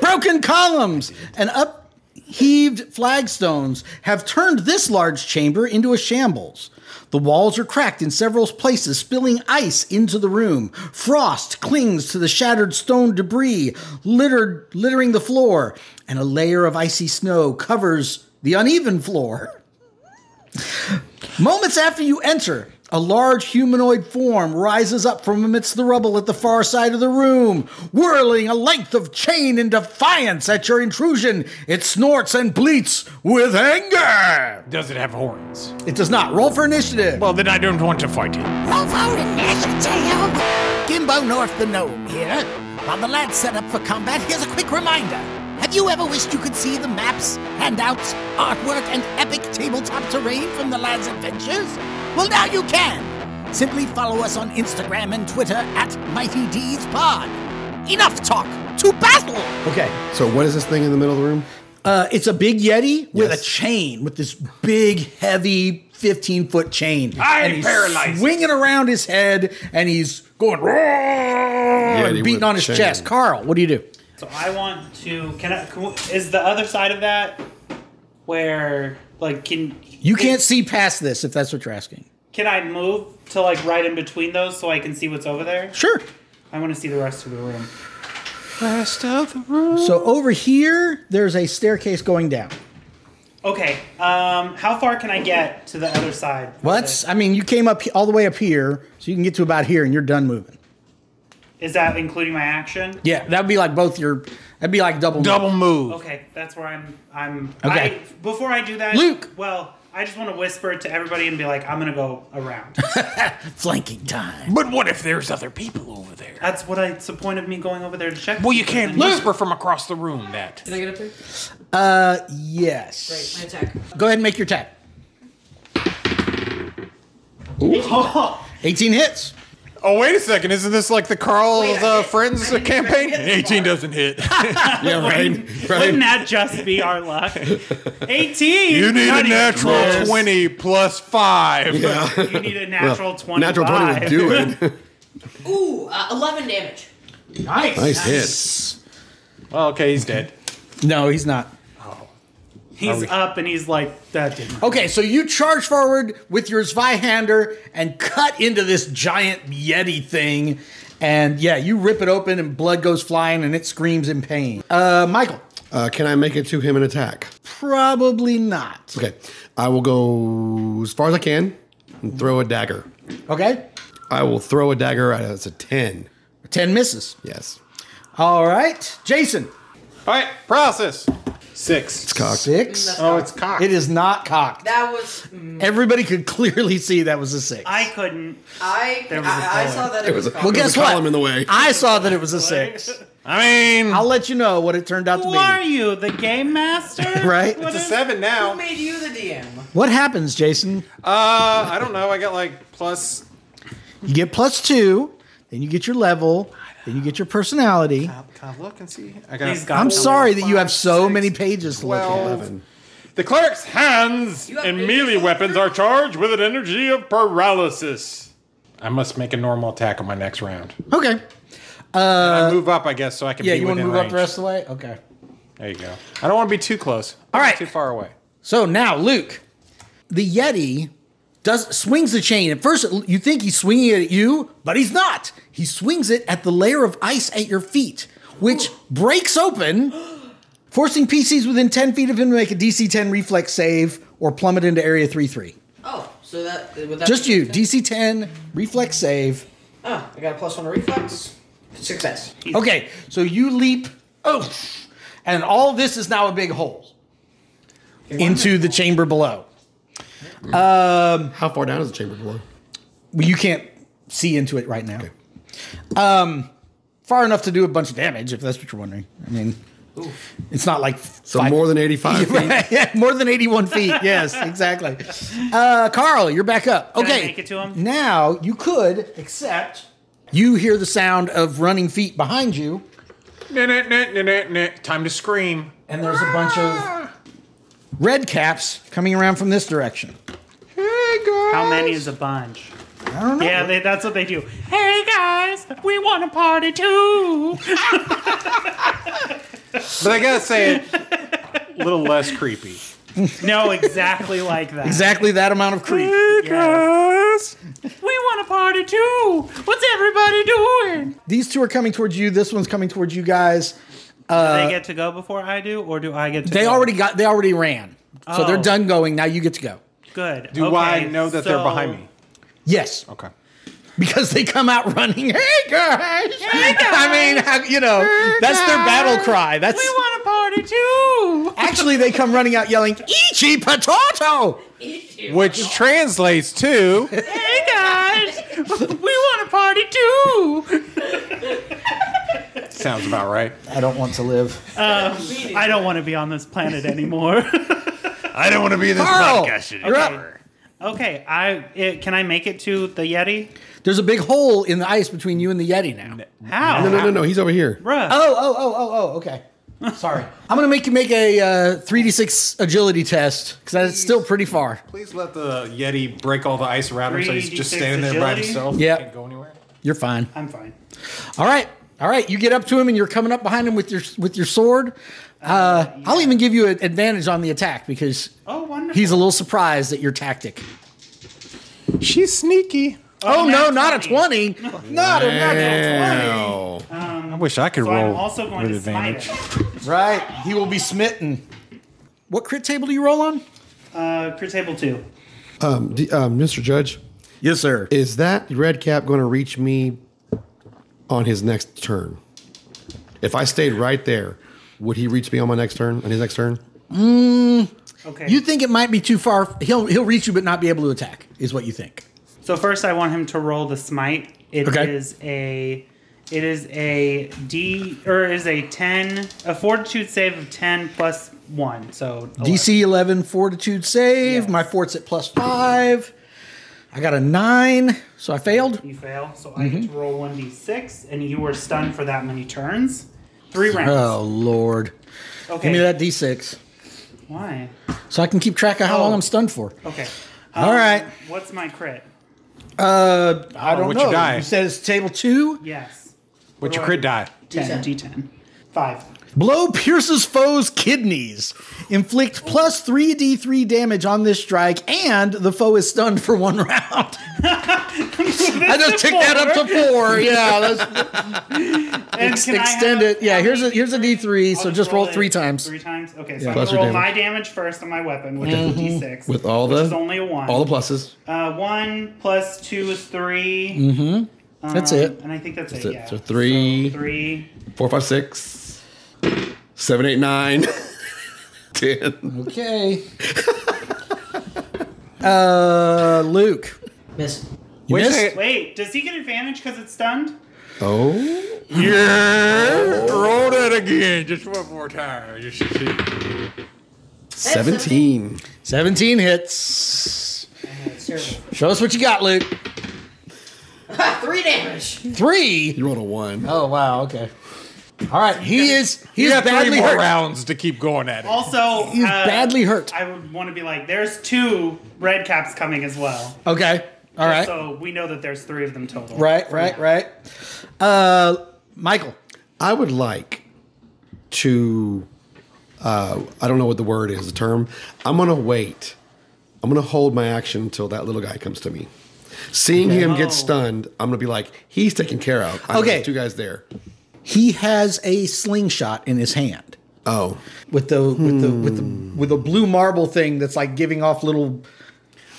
Speaker 2: Broken columns and upheaved flagstones have turned this large chamber into a shambles. The walls are cracked in several places, spilling ice into the room. Frost clings to the shattered stone debris, littered, littering the floor, and a layer of icy snow covers the uneven floor. Moments after you enter, a large humanoid form rises up from amidst the rubble at the far side of the room. Whirling a length of chain in defiance at your intrusion, it snorts and bleats with anger.
Speaker 7: Does it have horns?
Speaker 2: It does not roll for initiative.
Speaker 7: Well, then I don't want to fight it.
Speaker 9: Roll for initiative! Gimbo North the Gnome here. While the lads set up for combat, here's a quick reminder. Have you ever wished you could see the maps, handouts, artwork, and epic tabletop terrain from the lads' adventures? Well, now you can! Simply follow us on Instagram and Twitter at Mighty D's Pod. Enough talk! To battle!
Speaker 2: okay.
Speaker 4: So, what is this thing in the middle of the room?
Speaker 2: Uh, it's a big Yeti with
Speaker 4: Yes.
Speaker 2: a chain, with this big, heavy 15 foot chain.
Speaker 7: I am
Speaker 2: he's
Speaker 7: paralyzed.
Speaker 2: Swinging around his head, and he's going roar and
Speaker 4: with
Speaker 2: beating on his
Speaker 4: chain.
Speaker 2: chest. Carl, what do you do?
Speaker 6: So I want to. Can I? Can, we- is the other side of that where like can
Speaker 2: You can't see past this if that's what you're asking.
Speaker 6: Can I move to like right in between those so I can see what's over there?
Speaker 2: Sure.
Speaker 6: I want to see the rest of the room.
Speaker 2: So over here, there's a staircase going down.
Speaker 6: Okay. Um, how far can I get to the other side?
Speaker 2: What's? I mean, you came up he- all the way up here, so you can get to about here, and you're done moving.
Speaker 6: Is that including my action?
Speaker 2: Yeah, that would be like both your. That'd be like double.
Speaker 7: Double move.
Speaker 6: Okay, that's where I'm. I'm.
Speaker 2: Okay.
Speaker 6: I, before I do that,
Speaker 2: Luke!
Speaker 6: Well, I just want to whisper to everybody and be like, I'm gonna go around.
Speaker 2: flanking time.
Speaker 7: But what if there's other people over there?
Speaker 6: that's what I. It's the point of me going over there to check.
Speaker 7: Well, you can't
Speaker 6: Luke!
Speaker 7: whisper from across the room that.
Speaker 8: Did I get up there?
Speaker 2: Uh, yes.
Speaker 8: Great, my attack.
Speaker 2: Go ahead and make your attack. 18 hits.
Speaker 7: Oh, wait a second. Isn't this like the Carl
Speaker 8: Wait, I uh, didn't- Friends I didn't campaign? get this
Speaker 7: 18
Speaker 8: far.
Speaker 7: doesn't hit.
Speaker 4: Yeah, right.
Speaker 6: Wouldn't that just be our luck? 18.
Speaker 7: you need a
Speaker 6: Not even
Speaker 7: natural
Speaker 6: close.
Speaker 7: 20 plus 5.
Speaker 6: You need a natural 20.
Speaker 4: Natural 20 would do it.
Speaker 8: Ooh, uh, 11 damage.
Speaker 2: Nice.
Speaker 4: nice hit.
Speaker 2: hits.
Speaker 7: Well, okay, he's dead.
Speaker 2: No, he's not.
Speaker 6: He's up and he's like, that didn't.
Speaker 2: Okay, so you charge forward with your Zweihander and cut into this giant Yeti thing. And yeah, you rip it open and blood goes flying and it screams in pain. Uh, Michael,
Speaker 4: Uh, can I make it to him and attack?
Speaker 2: probably not.
Speaker 4: Okay. I will go as far as I can and throw a dagger.
Speaker 2: Okay?
Speaker 4: I will throw a dagger at it. It's a 10.
Speaker 2: 10 misses.
Speaker 4: Yes.
Speaker 2: All right, Jason.
Speaker 7: All right, process. Six.
Speaker 4: Cocked.
Speaker 2: Six.
Speaker 7: Oh, it's cocked.
Speaker 2: It is not cocked.
Speaker 8: That was. mm,
Speaker 2: Everybody could clearly see that was a six.
Speaker 6: I couldn't.
Speaker 8: I,
Speaker 6: There was a
Speaker 8: I, I
Speaker 6: column.
Speaker 8: saw that it was. a
Speaker 2: well,
Speaker 8: column.
Speaker 2: guess
Speaker 4: a
Speaker 2: what?
Speaker 4: column in the way.
Speaker 2: I saw that it was a six.
Speaker 7: I mean,
Speaker 2: I'll let you know what it turned out
Speaker 6: Who are
Speaker 2: to
Speaker 6: you, the game master?
Speaker 2: Right?
Speaker 6: What
Speaker 2: It's
Speaker 6: is-
Speaker 7: seven
Speaker 8: Who
Speaker 7: now.
Speaker 8: made you the DM?
Speaker 2: be. What happens, Jason?
Speaker 7: Uh, I don't know. I got like plus.
Speaker 2: You get plus two, then you get your level, then you get your personality.
Speaker 7: Can I look and see? I
Speaker 6: He's
Speaker 7: got
Speaker 6: got
Speaker 2: I'm
Speaker 6: it.
Speaker 2: sorry that you have so
Speaker 7: six,
Speaker 2: many pages to look at.
Speaker 7: 12. The cleric's hands
Speaker 8: You have
Speaker 7: and
Speaker 8: really-
Speaker 7: melee weapons are charged with an energy of paralysis. I must make a normal attack on my next round.
Speaker 2: Okay.
Speaker 7: I move up, I guess, so I can
Speaker 2: Uh, Yeah,
Speaker 7: be
Speaker 2: you want to
Speaker 7: within
Speaker 2: move
Speaker 7: range.
Speaker 2: up the rest of the way? Okay.
Speaker 7: There you go. I don't want to be too close.
Speaker 2: All
Speaker 7: All right,
Speaker 2: right.
Speaker 7: too far away.
Speaker 2: So now, Luke, the Yeti does swings the chain. At first, it- you think he's swinging it at you, but he's not. He swings it at the layer of ice at your feet, which breaks open, forcing PCs within 10 feet of him to make a DC 10 reflex save or plummet into Area 3 3.
Speaker 8: Oh, so that would that
Speaker 2: Just
Speaker 8: be
Speaker 2: you,
Speaker 8: success?
Speaker 2: DC 10 reflex save.
Speaker 8: Oh, I got a plus one to reflex. Success.
Speaker 2: Okay, so you leap, oh, and all this is now a big hole into the chamber below.
Speaker 4: How far down is the chamber below?
Speaker 2: Well, you can't see into it right now. Um, far enough to do a bunch of damage, if that's what you're wondering. I mean, it's not like
Speaker 4: So
Speaker 2: five-
Speaker 4: more than 85 feet.
Speaker 2: yeah, more than 81 feet. Yes, exactly. Uh, Carl, you're back up.
Speaker 6: I
Speaker 2: Okay.
Speaker 6: make it to him?
Speaker 2: Now you could, except you hear the sound of running feet behind you,
Speaker 7: Nah, nah, nah, nah, nah, nah. Time to scream.
Speaker 2: and there's a bunch of red caps coming around from this direction.
Speaker 6: How many is a bunch?
Speaker 2: I don't know.
Speaker 6: Yeah, they, that's what they do. Hey guys, we want a party too.
Speaker 7: But I gotta say, it, a little less creepy.
Speaker 6: no, exactly like that.
Speaker 2: Exactly that amount of creep.
Speaker 6: Yes. We want a party too. What's everybody doing?
Speaker 2: These two are coming towards you. This one's coming towards you guys.
Speaker 6: do they get to go before I do, or do I get to?
Speaker 2: They
Speaker 6: go?
Speaker 2: already got. They already ran. So they're
Speaker 6: Oh.
Speaker 2: done going. Now you get to go.
Speaker 6: good.
Speaker 7: Do
Speaker 6: Okay,
Speaker 7: I know that they're
Speaker 6: so-
Speaker 7: behind me?
Speaker 2: Yes,
Speaker 7: Okay.
Speaker 2: because they come out running. Hey guys! I mean, how, you know, that's their battle cry. That's
Speaker 6: We want a party too.
Speaker 2: actually they come running out yelling "Ichi Potato!"
Speaker 7: Which translates to
Speaker 6: Hey guys, we want a party too.
Speaker 7: sounds about right.
Speaker 2: I don't want to live.
Speaker 6: I don't want to be on this planet anymore.
Speaker 7: I don't want to be in this
Speaker 2: Carl, you're up.
Speaker 6: okay, I it, can I make it to the Yeti?
Speaker 2: There's a big hole in the ice between you and the Yeti now.
Speaker 6: How?
Speaker 4: No, no, no. He's over here.
Speaker 6: Bruh.
Speaker 2: Oh, oh, oh, oh, oh. Okay. Sorry. I'm gonna make you make a uh, three d six agility test because that's still pretty far.
Speaker 7: Please let the Yeti break all the ice around him so he's just
Speaker 6: 3d6
Speaker 7: standing there by
Speaker 6: agility.
Speaker 7: himself.
Speaker 2: Yeah.
Speaker 7: Can't go anywhere.
Speaker 2: You're fine.
Speaker 6: I'm fine.
Speaker 2: All right, all right. You get up to him, and you're coming up behind him with your with your sword. Uh, I'll even give you an advantage on the attack because
Speaker 6: Oh, wonderful.
Speaker 2: he's a little surprised at your tactic.
Speaker 7: She's sneaky.
Speaker 2: Oh, no,
Speaker 6: nat
Speaker 2: not a twenty, not a natural
Speaker 4: Wow.
Speaker 7: I wish I could
Speaker 6: So
Speaker 7: roll
Speaker 6: I'm also going
Speaker 7: with
Speaker 6: to
Speaker 7: advantage.
Speaker 6: smite
Speaker 2: twenty. Right, he will be smitten. What crit table do you roll on?
Speaker 6: it. Uh, crit table two.
Speaker 4: Um, d- um, Mr. Judge,
Speaker 2: Yes, sir.
Speaker 4: is that red cap going to reach me on his next turn? If I stayed right there, would he reach me on my next turn? On his next turn?
Speaker 6: Okay.
Speaker 2: You think it might be too far? He'll he'll reach you, but not be able to attack. Is what you think?
Speaker 6: so first, I want him to roll the smite. It is
Speaker 2: Okay.
Speaker 6: a. It is a D or it is a ten a fortitude save of ten plus one. So 11.
Speaker 2: DC 11 fortitude save.
Speaker 6: Yes.
Speaker 2: My fort's at plus five. I got a nine, so I failed.
Speaker 6: You fail, so I
Speaker 2: Mm-hmm.
Speaker 6: get to roll one d six, and you were stunned for that many turns. Three rounds.
Speaker 2: Oh, Lord.
Speaker 6: okay.
Speaker 2: Give me that D6
Speaker 6: Why?
Speaker 2: so I can keep track of how
Speaker 6: Oh.
Speaker 2: long I'm stunned for.
Speaker 6: Okay. Um,
Speaker 2: All right.
Speaker 6: What's my crit?
Speaker 2: Uh, I don't
Speaker 7: what'd
Speaker 2: know.
Speaker 7: you die?
Speaker 2: You said it's table two.
Speaker 6: Yes.
Speaker 7: What's your crit die?
Speaker 6: Ten. D ten. Five.
Speaker 2: Blow pierces foe's kidneys. Inflict plus 3d3 damage on this strike, and the foe is stunned for one round. I just took that up to four. Yeah, that's,
Speaker 6: And
Speaker 2: Ex-
Speaker 6: can I
Speaker 2: extend
Speaker 6: have-
Speaker 2: it. Yeah, here's a here's a D3,
Speaker 6: I'll
Speaker 2: so just roll
Speaker 6: it
Speaker 2: three times.
Speaker 6: Three times. Okay, so I'm
Speaker 4: Plus
Speaker 6: gonna
Speaker 4: your
Speaker 6: roll
Speaker 4: damage.
Speaker 6: my damage first on my weapon, which is a
Speaker 2: Mm-hmm.
Speaker 6: D6,
Speaker 4: With all
Speaker 6: which
Speaker 4: the-
Speaker 6: is only a one.
Speaker 4: All the pluses.
Speaker 6: uh, one plus two is 3
Speaker 2: Mm-hmm. That's it.
Speaker 6: and I think that's, it.
Speaker 4: it.
Speaker 6: Yeah.
Speaker 4: So three.
Speaker 6: So three.
Speaker 4: Four, five, six, seven, eight, nine, ten.
Speaker 2: Okay. uh, Luke.
Speaker 8: Miss.
Speaker 2: You
Speaker 7: Wait a
Speaker 2: missed?
Speaker 7: second.
Speaker 6: Wait, does he get advantage because it's stunned?
Speaker 4: Oh,
Speaker 7: Yeah, roll that again, just one more time. You should see.
Speaker 4: 17.
Speaker 2: 17 hits. Show us what you got, Luke.
Speaker 8: Three damage.
Speaker 2: Three.
Speaker 4: You rolled a one.
Speaker 2: Oh, wow. Okay. All right. He is he
Speaker 7: You
Speaker 2: is
Speaker 7: got three
Speaker 2: badly
Speaker 7: more
Speaker 2: hurt.
Speaker 7: rounds to keep going at it.
Speaker 6: Also,
Speaker 2: He's
Speaker 6: uh,
Speaker 2: badly hurt.
Speaker 6: I would want to be like, there's two red caps coming as well.
Speaker 2: Okay. All right.
Speaker 6: So we know that there's three of them total.
Speaker 2: Right, right, right. Uh, Michael.
Speaker 4: I would like to. Uh, I don't know what the word is, the term. I'm going to wait I'm going to hold my action until that little guy comes to me. Seeing him get stunned, I'm going to be like, he's taken care of. I know
Speaker 2: Oh. Okay.
Speaker 4: there's two guys there.
Speaker 2: He has a slingshot in his hand
Speaker 4: Oh,
Speaker 2: with the with the with
Speaker 7: Hmm.
Speaker 2: the with a blue marble thing that's like giving off little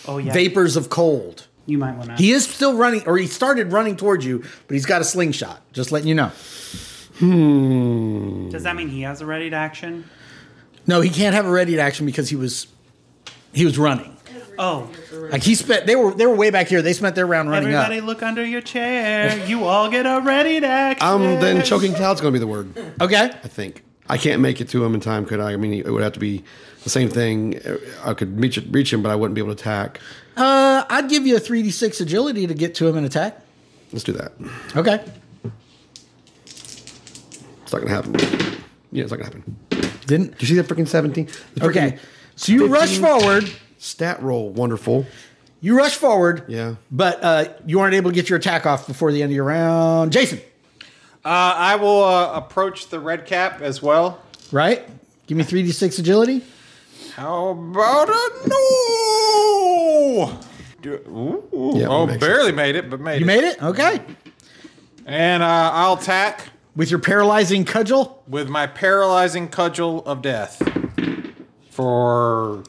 Speaker 6: Oh yeah,
Speaker 2: vapors of cold.
Speaker 6: you might want to.
Speaker 2: He is still running, or he started running towards you, but he's got a slingshot. Just letting you know.
Speaker 6: Does that mean he has a ready to action?
Speaker 2: No, he can't have a ready to action because he was he was running.
Speaker 6: Oh,
Speaker 2: Like he spent they were they were way back here. They spent their round running
Speaker 6: everybody,
Speaker 2: up.
Speaker 6: look under your chair. You all get a ready to action.
Speaker 4: I'm Um, then choking cloud's going to be the word.
Speaker 2: Okay.
Speaker 4: I think I can't make it to him in time, could I? I mean, it would have to be the same thing. I could reach reach him, but I wouldn't be able to attack.
Speaker 2: Uh, I'd give you a 3d6 agility to get to him and attack.
Speaker 4: Let's do that.
Speaker 2: Okay.
Speaker 4: It's not going to happen. Yeah, it's not going to happen.
Speaker 2: Didn't
Speaker 4: Do you see that freaking 17? The freaking
Speaker 2: Okay. So you rush
Speaker 4: 15.
Speaker 2: forward.
Speaker 4: Stat roll, wonderful.
Speaker 2: You rush forward.
Speaker 4: Yeah.
Speaker 2: But uh, you aren't able to get your attack off before the end of your round. Jason,
Speaker 7: Uh, I will uh, approach the red cap as well.
Speaker 2: right? Give me 3d6 agility.
Speaker 7: How about a no? Do- ooh,
Speaker 4: Yeah,
Speaker 7: oh,
Speaker 4: makes
Speaker 7: barely made it, but made
Speaker 2: You
Speaker 7: it.
Speaker 2: made it? Okay.
Speaker 7: And uh, I'll attack
Speaker 2: With your paralyzing cudgel.
Speaker 7: with my paralyzing cudgel of death for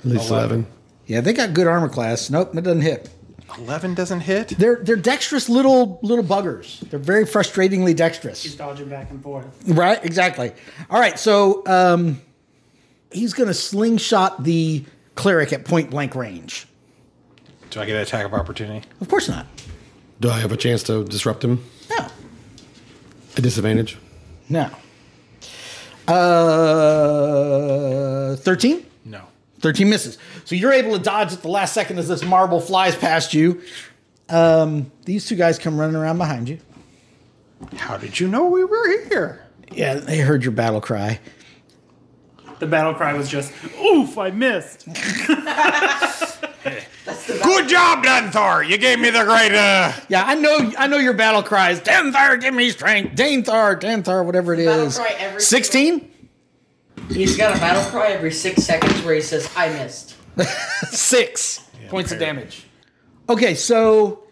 Speaker 4: At least 11.
Speaker 2: Yeah, they got good armor class. Nope, it doesn't hit.
Speaker 7: 11 doesn't hit.
Speaker 2: They're they're dexterous little little buggers. They're very frustratingly dexterous.
Speaker 6: dodging back and forth.
Speaker 2: Right, exactly. All right, so um, he's going to slingshot the cleric at point blank range.
Speaker 7: Do I get an attack of opportunity?
Speaker 2: Of course not.
Speaker 4: Do I have a chance to disrupt him?
Speaker 2: No,
Speaker 4: A disadvantage?
Speaker 2: no. Uh, 13?
Speaker 7: No.
Speaker 2: 13 misses. So you're able to dodge at the last second as this marble flies past you. Um, these two guys come running around behind you.
Speaker 7: How did you know we were here?
Speaker 2: Yeah, they heard your battle cry.
Speaker 6: The battle cry was just, "Oof! I missed."
Speaker 7: Good job, Dunthor. You gave me the great. Uh,
Speaker 2: Yeah, I know. I know your battle cry is Danthar, give me strength. Danthar, Danthar, whatever it
Speaker 8: Battle
Speaker 2: is.
Speaker 8: cry every
Speaker 2: Sixteen.
Speaker 8: He's got a battle cry every six seconds where he says, I missed.
Speaker 2: Six points of damage. Okay, so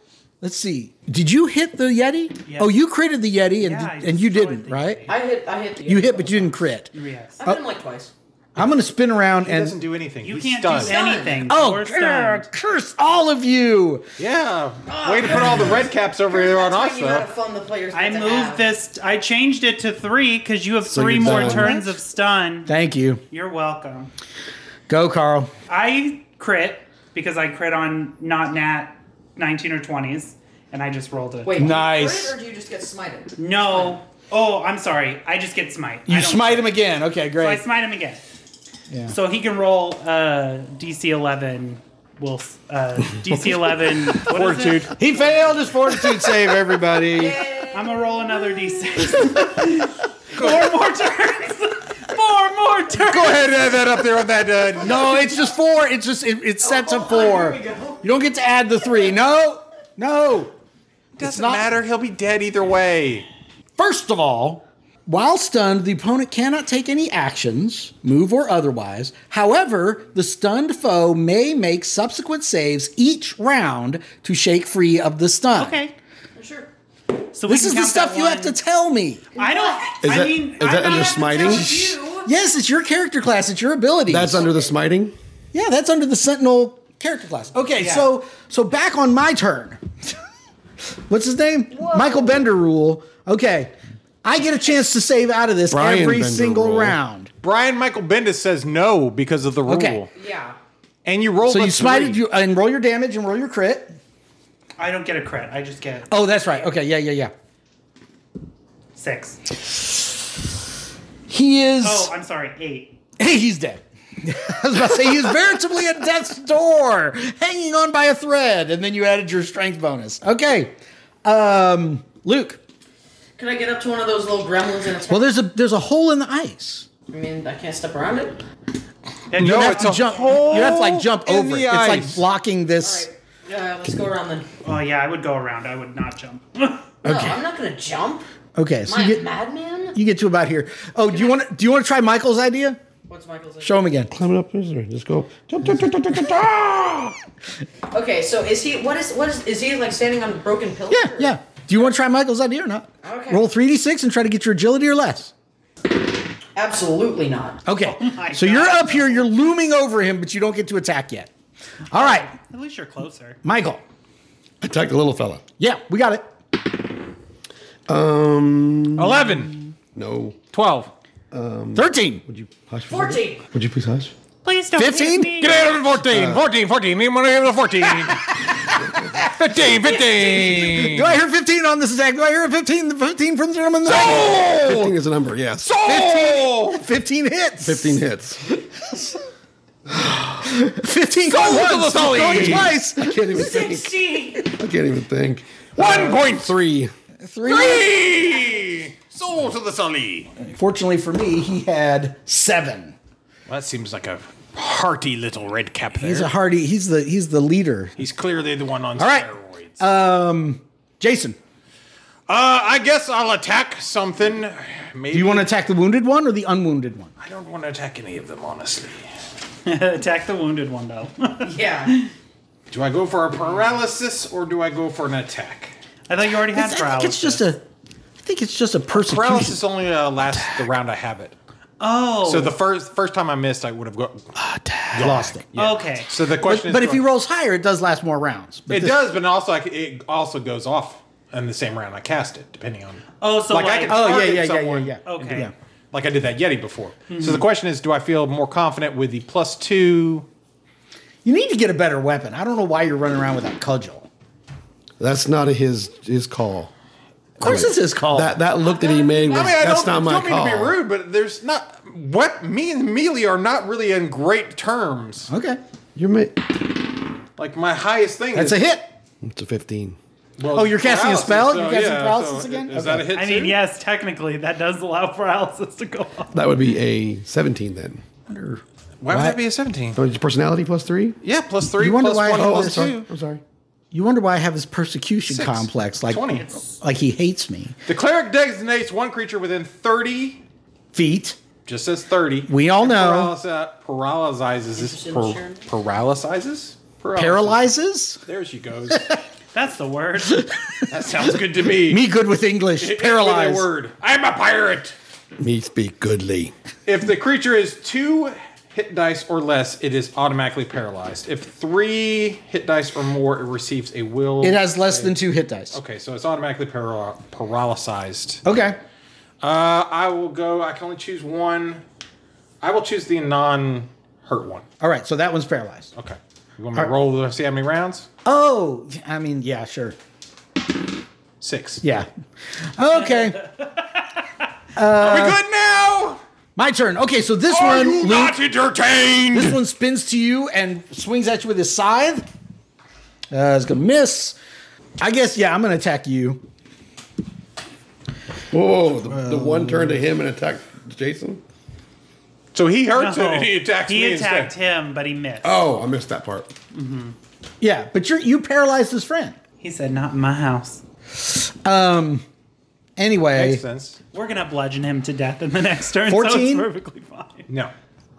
Speaker 2: let's see. Did you hit the Yeti?
Speaker 6: Yeah.
Speaker 2: Oh, you critted the Yeti, and
Speaker 6: Yeah, I
Speaker 2: and you
Speaker 6: destroyed
Speaker 2: didn't,
Speaker 6: the
Speaker 2: right?
Speaker 8: I hit I hit the
Speaker 2: You hit, but you didn't crit.
Speaker 6: Yes.
Speaker 8: I've been like twice.
Speaker 2: I'm gonna spin around
Speaker 7: he
Speaker 2: and
Speaker 7: doesn't do anything.
Speaker 6: You
Speaker 7: He's
Speaker 6: can't
Speaker 7: stunned.
Speaker 6: do anything.
Speaker 2: oh,
Speaker 6: You're
Speaker 2: grr,
Speaker 6: stunned.
Speaker 2: curse all of you!
Speaker 7: Yeah. Way to put all the red caps over here on
Speaker 8: That's
Speaker 7: us,
Speaker 8: when you know how
Speaker 7: though.
Speaker 8: to fun the players
Speaker 6: I
Speaker 8: get to
Speaker 6: moved
Speaker 8: have.
Speaker 6: this. I changed it to three because you have three
Speaker 4: you're
Speaker 6: more
Speaker 4: done.
Speaker 6: turns of stun.
Speaker 2: Thank you.
Speaker 6: You're welcome.
Speaker 2: Go, Carl.
Speaker 6: I crit because I crit on not nat 19 or 20s, and I just rolled it.
Speaker 8: Wait, do you
Speaker 2: Nice.
Speaker 8: crit Or do you just get smited?
Speaker 6: No. Oh, I'm sorry. I just get smite. I
Speaker 2: You
Speaker 6: don't-
Speaker 2: smite him again. Okay,
Speaker 6: So I
Speaker 2: great.
Speaker 6: smite him again. So he can roll uh, DC 11. Will uh, DC 11 what is it?
Speaker 2: He failed his fortitude save. Everybody.
Speaker 6: I'm gonna roll another D6. Four more turns. Four more turns.
Speaker 7: Go ahead and add that up there on that. Uh,
Speaker 2: No, it's just four. It's just it, it's set to four. You don't get to add the three. No, no.
Speaker 7: doesn't
Speaker 2: not-
Speaker 7: matter. He'll be dead either way.
Speaker 2: First of all, while stunned, the opponent cannot take any actions, move or otherwise. However, the stunned foe may make subsequent saves each round to shake free of the stun.
Speaker 6: Okay.
Speaker 8: Sure.
Speaker 6: So we
Speaker 2: This
Speaker 6: can
Speaker 2: is the
Speaker 6: count
Speaker 2: stuff
Speaker 6: that
Speaker 2: you have to
Speaker 6: one.
Speaker 2: tell me.
Speaker 6: I don't.
Speaker 4: Is
Speaker 6: I
Speaker 4: that-
Speaker 6: mean,
Speaker 4: is
Speaker 6: I'm
Speaker 4: that
Speaker 6: not-
Speaker 4: under smiting?
Speaker 8: You.
Speaker 2: Yes, it's your character class. It's your ability.
Speaker 4: That's under the smiting?
Speaker 2: yeah. That's under the Sentinel character class. Okay,
Speaker 6: Yeah.
Speaker 2: so so back on my turn. What's his name?
Speaker 8: Whoa.
Speaker 2: Michael Bender rule. Okay, I get a chance to save out of this
Speaker 4: Brian
Speaker 2: every
Speaker 4: Bender
Speaker 2: single
Speaker 4: rule.
Speaker 2: round.
Speaker 7: Brian Michael Bendis says no because of the rule.
Speaker 2: Okay.
Speaker 8: Yeah.
Speaker 7: And you rolled
Speaker 2: So
Speaker 7: a
Speaker 2: you smited
Speaker 7: three.
Speaker 2: you and roll your damage and roll your crit.
Speaker 6: I don't get a crit. I just get
Speaker 2: Oh, that's right. Okay, yeah, yeah, yeah.
Speaker 6: six.
Speaker 2: He is.
Speaker 6: Oh, I'm sorry, eight.
Speaker 2: he's dead. I was about to say he's veritably at death's door, hanging on by a thread, and then you added your strength bonus. Okay, um, Luke.
Speaker 8: Can I get up to one of those little gremlins and attack?
Speaker 2: Well, there's a there's a hole in the ice.
Speaker 8: I mean, I can't step around it.
Speaker 6: And
Speaker 7: No,
Speaker 6: you have
Speaker 7: it's
Speaker 2: You
Speaker 7: a
Speaker 6: to-
Speaker 2: jump.
Speaker 7: hole
Speaker 2: you have to like jump
Speaker 7: in
Speaker 2: over it.
Speaker 7: the
Speaker 2: It's like
Speaker 7: ice.
Speaker 2: blocking
Speaker 8: All
Speaker 2: this.
Speaker 8: right. Uh, let's go around then.
Speaker 6: Oh yeah, I would go around. I would not jump.
Speaker 8: No, I'm not gonna jump.
Speaker 2: Okay, so
Speaker 8: My
Speaker 2: you get
Speaker 8: madman.
Speaker 2: you get to about here. Oh, do you want to do you want to try Michael's idea?
Speaker 8: What's Michael's?
Speaker 2: Show him again.
Speaker 4: Climbing up this way. Just go. "Jump, jump, jump, jump, jump, jump, jump."
Speaker 8: Okay, so is he? What is? What is? Is he like standing on a broken pillar?
Speaker 2: Yeah, yeah. Do you want to try Michael's idea or not?
Speaker 8: Okay.
Speaker 2: Roll 3d6 and try to get your agility or less.
Speaker 8: Absolutely not.
Speaker 2: Okay. so you're up here, you're looming over him, but you don't get to attack yet. All right,
Speaker 6: At least you're closer.
Speaker 2: Michael.
Speaker 4: Attack the little fella.
Speaker 2: Yeah, we got it.
Speaker 4: Um,
Speaker 7: 11,
Speaker 4: no.
Speaker 7: 12.
Speaker 2: 13.
Speaker 4: Would you hush? for a second?
Speaker 8: Fourteen.
Speaker 4: Would you please hush?
Speaker 6: Please don't
Speaker 2: 15?
Speaker 6: hit me.
Speaker 7: Get out of 14,
Speaker 2: Uh.
Speaker 7: 14, 14. Me want to give it a 14. 15, 15.
Speaker 2: Do I hear 15 on this attack? Do I hear a 15? 15 from the gentleman? that-
Speaker 4: Fifteen is a number. Yes.
Speaker 7: Soul!
Speaker 2: 15 hits.
Speaker 4: Fifteen hits.
Speaker 2: 15 going
Speaker 7: Soul to the
Speaker 2: once,
Speaker 7: Sully.
Speaker 2: going twice.
Speaker 4: I can't even think.
Speaker 6: Sixteen.
Speaker 4: I can't even think.
Speaker 7: 1.3.
Speaker 4: Three.
Speaker 7: Soul to the Sully.
Speaker 2: Fortunately for me, he had seven.
Speaker 7: Well, that seems like a hearty little red cap there.
Speaker 2: He's a hardy. He's the he's the leader.
Speaker 7: He's clearly the one on
Speaker 2: All right.
Speaker 7: steroids.
Speaker 2: Um, Jason,
Speaker 7: Uh, I guess I'll attack something. Maybe
Speaker 2: do you want to attack the wounded one or the unwounded one?
Speaker 7: I don't want to attack any of them, honestly.
Speaker 6: Attack the wounded one though.
Speaker 8: Yeah.
Speaker 7: Do I go for a paralysis or do I go for an attack?
Speaker 6: I thought you already had
Speaker 2: I think
Speaker 6: paralysis.
Speaker 2: it's just a. I think it's just a persecution.
Speaker 7: Paralysis only uh, lasts the round I have it.
Speaker 6: oh.
Speaker 7: So the first first time I missed, I would have got.
Speaker 2: I lost it.
Speaker 6: Okay.
Speaker 7: So the
Speaker 2: But,
Speaker 7: question is,
Speaker 2: but if
Speaker 7: do
Speaker 2: he
Speaker 7: I-
Speaker 2: rolls higher, it does last more rounds. But
Speaker 7: it
Speaker 2: this-
Speaker 7: does, but also I c it also goes off in the same round I cast it, depending on.
Speaker 6: Oh, so
Speaker 7: like, I
Speaker 6: like-
Speaker 7: can
Speaker 2: Oh yeah,
Speaker 7: target
Speaker 2: yeah, yeah, yeah,
Speaker 7: someone
Speaker 2: yeah.
Speaker 6: Okay.
Speaker 2: Yeah.
Speaker 7: Like I did that Yeti before. So
Speaker 6: Mm-hmm.
Speaker 7: the question is, do I feel more confident with the plus two?
Speaker 2: You need to get a better weapon. I don't know why you're running around with that cudgel.
Speaker 4: That's not his his call.
Speaker 2: Of course, it's his call.
Speaker 4: That that look that he made was
Speaker 7: I mean, I
Speaker 4: that's
Speaker 7: don't,
Speaker 4: not my
Speaker 7: don't mean
Speaker 4: call.
Speaker 7: to be rude, but there's not what me and Mealy are not really in great terms.
Speaker 2: okay,
Speaker 4: You're ma-
Speaker 7: Like my highest thing.
Speaker 2: that's a
Speaker 7: is,
Speaker 2: hit.
Speaker 4: it's a fifteen.
Speaker 7: well,
Speaker 2: Oh, you're casting a
Speaker 7: paralysis,
Speaker 2: spell?
Speaker 7: so
Speaker 2: You're casting
Speaker 7: yeah,
Speaker 2: paralysis
Speaker 7: so
Speaker 2: again?
Speaker 7: Is that a hit?
Speaker 6: I mean,
Speaker 7: too?
Speaker 6: yes, technically that does allow paralysis to go off.
Speaker 4: That would be a seventeen then.
Speaker 7: Why would that be a seventeen?
Speaker 4: Oh, your personality plus three.
Speaker 7: Yeah, plus three,
Speaker 2: You wonder
Speaker 7: plus
Speaker 2: why
Speaker 7: one,
Speaker 2: I
Speaker 4: Oh,
Speaker 2: Oh,
Speaker 4: I'm
Speaker 7: plus
Speaker 2: this-
Speaker 4: sorry.
Speaker 7: two.
Speaker 4: I'm sorry.
Speaker 2: You wonder why I have his persecution
Speaker 7: Six.
Speaker 2: complex, like
Speaker 7: Twenty.
Speaker 2: like he hates me.
Speaker 7: The cleric designates one creature within thirty.
Speaker 2: Feet.
Speaker 7: Just says thirty.
Speaker 2: We all know
Speaker 7: Paralysis, paralyzes this.
Speaker 8: Interested in
Speaker 7: par-
Speaker 8: sharing?
Speaker 7: paralyzes. Paralysis.
Speaker 2: paralyzes.
Speaker 7: There she goes.
Speaker 6: That's the word.
Speaker 7: that sounds good to me.
Speaker 2: Me good with English.
Speaker 7: It- it's really a
Speaker 2: Paralyzed.
Speaker 7: word. I'm a pirate.
Speaker 4: Me speak goodly.
Speaker 7: If the creature is two hit dice or less, it is automatically paralyzed. If three hit dice or more, it receives a will.
Speaker 2: It has less than two hit dice.
Speaker 7: Okay, so it's automatically para- paralyzed.
Speaker 2: Okay.
Speaker 7: Uh, I will go. I can only choose one. I will choose the non-hurt one.
Speaker 2: All right. So that one's paralyzed.
Speaker 7: Okay. You want me to roll to see how many rounds?
Speaker 2: Oh, I mean, yeah, sure.
Speaker 7: Six.
Speaker 2: Yeah. Okay.
Speaker 7: Are we good now?
Speaker 2: My turn. Okay. So this
Speaker 7: Are
Speaker 2: one,
Speaker 7: you
Speaker 2: Luke,
Speaker 7: not entertained?
Speaker 2: this one spins to you and swings at you with his scythe. Uh, it's going to miss. I guess, yeah, I'm going to attack you.
Speaker 4: Whoa! The,
Speaker 2: Oh,
Speaker 4: the one turned to him and attacked Jason.
Speaker 7: So he hurts
Speaker 6: No.
Speaker 7: it and he attacks
Speaker 6: He
Speaker 7: me
Speaker 6: attacked
Speaker 7: instead.
Speaker 6: him, but he missed.
Speaker 4: Oh, I missed that part.
Speaker 2: Yeah. But you're, you paralyzed his friend.
Speaker 6: He said, "Not in my house."
Speaker 2: Um. Anyway.
Speaker 7: Makes sense.
Speaker 6: We're gonna bludgeon him to death in the next turn. So
Speaker 2: 14?
Speaker 6: it's perfectly fine.
Speaker 7: No.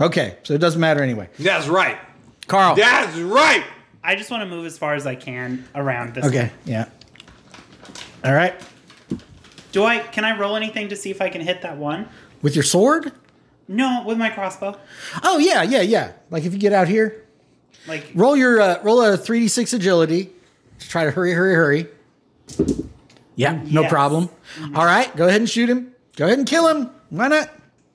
Speaker 2: Okay. So it doesn't matter anyway.
Speaker 7: That's right.
Speaker 2: Carl.
Speaker 7: That's right.
Speaker 6: I just want to move as far as I can around this.
Speaker 2: Okay. Yeah. All right.
Speaker 6: Do I? Can I roll anything to see if I can hit that one?
Speaker 2: With your sword?
Speaker 6: No, with my crossbow.
Speaker 2: Oh yeah, yeah, yeah. Like if you get out here,
Speaker 6: Like
Speaker 2: roll your uh, roll a three d six agility. Just try to hurry, hurry, hurry. Yeah, no
Speaker 6: Yes.
Speaker 2: problem.
Speaker 8: Mm-hmm.
Speaker 2: All right, go ahead and shoot him. Go ahead and kill him. Why not?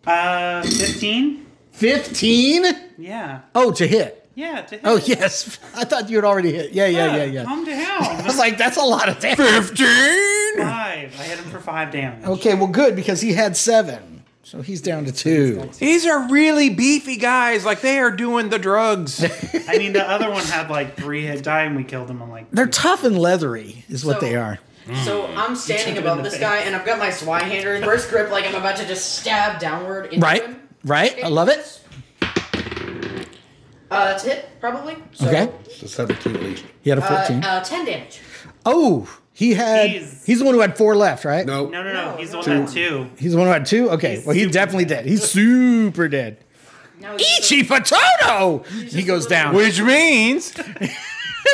Speaker 6: uh, fifteen.
Speaker 2: Fifteen.
Speaker 6: Yeah.
Speaker 2: Oh, to hit.
Speaker 6: Yeah. To hit.
Speaker 2: Oh yes, I thought you had already hit. Yeah, yeah, yeah, yeah.
Speaker 6: Calm
Speaker 2: I
Speaker 6: down.
Speaker 2: was like, that's a lot of damage.
Speaker 7: Fifteen.
Speaker 6: five. I hit him for five damage.
Speaker 2: Okay, well, good because he had seven, so he's down to two.
Speaker 7: These are really beefy guys. Like they are doing the drugs.
Speaker 6: I mean, the other one had like three hit die, and we killed him. I'm like,
Speaker 2: They're tough and leathery, is what
Speaker 8: So-
Speaker 2: they are.
Speaker 8: So I'm standing
Speaker 6: him in
Speaker 8: above
Speaker 6: the
Speaker 8: this
Speaker 6: face.
Speaker 8: guy, and I've got my swinehander in first grip, like I'm about to just stab downward into
Speaker 2: Right,
Speaker 8: him.
Speaker 2: right. I love it.
Speaker 8: Uh, that's it, probably. So,
Speaker 2: Okay,
Speaker 4: It's a seventeen at least.
Speaker 2: he had a
Speaker 8: Uh,
Speaker 2: fourteen.
Speaker 8: uh, ten damage.
Speaker 2: Oh, he had.
Speaker 6: Jeez.
Speaker 2: He's the one who had four left, right?
Speaker 4: No.
Speaker 6: no, no, no. He's the one
Speaker 4: Two.
Speaker 6: that two.
Speaker 2: He's the one who had two. Okay,
Speaker 6: He's
Speaker 2: well, he's
Speaker 6: super
Speaker 2: definitely
Speaker 6: dead.
Speaker 2: dead. He's super dead.
Speaker 8: Now he's
Speaker 1: Ichi Potato! He goes down.
Speaker 3: Which means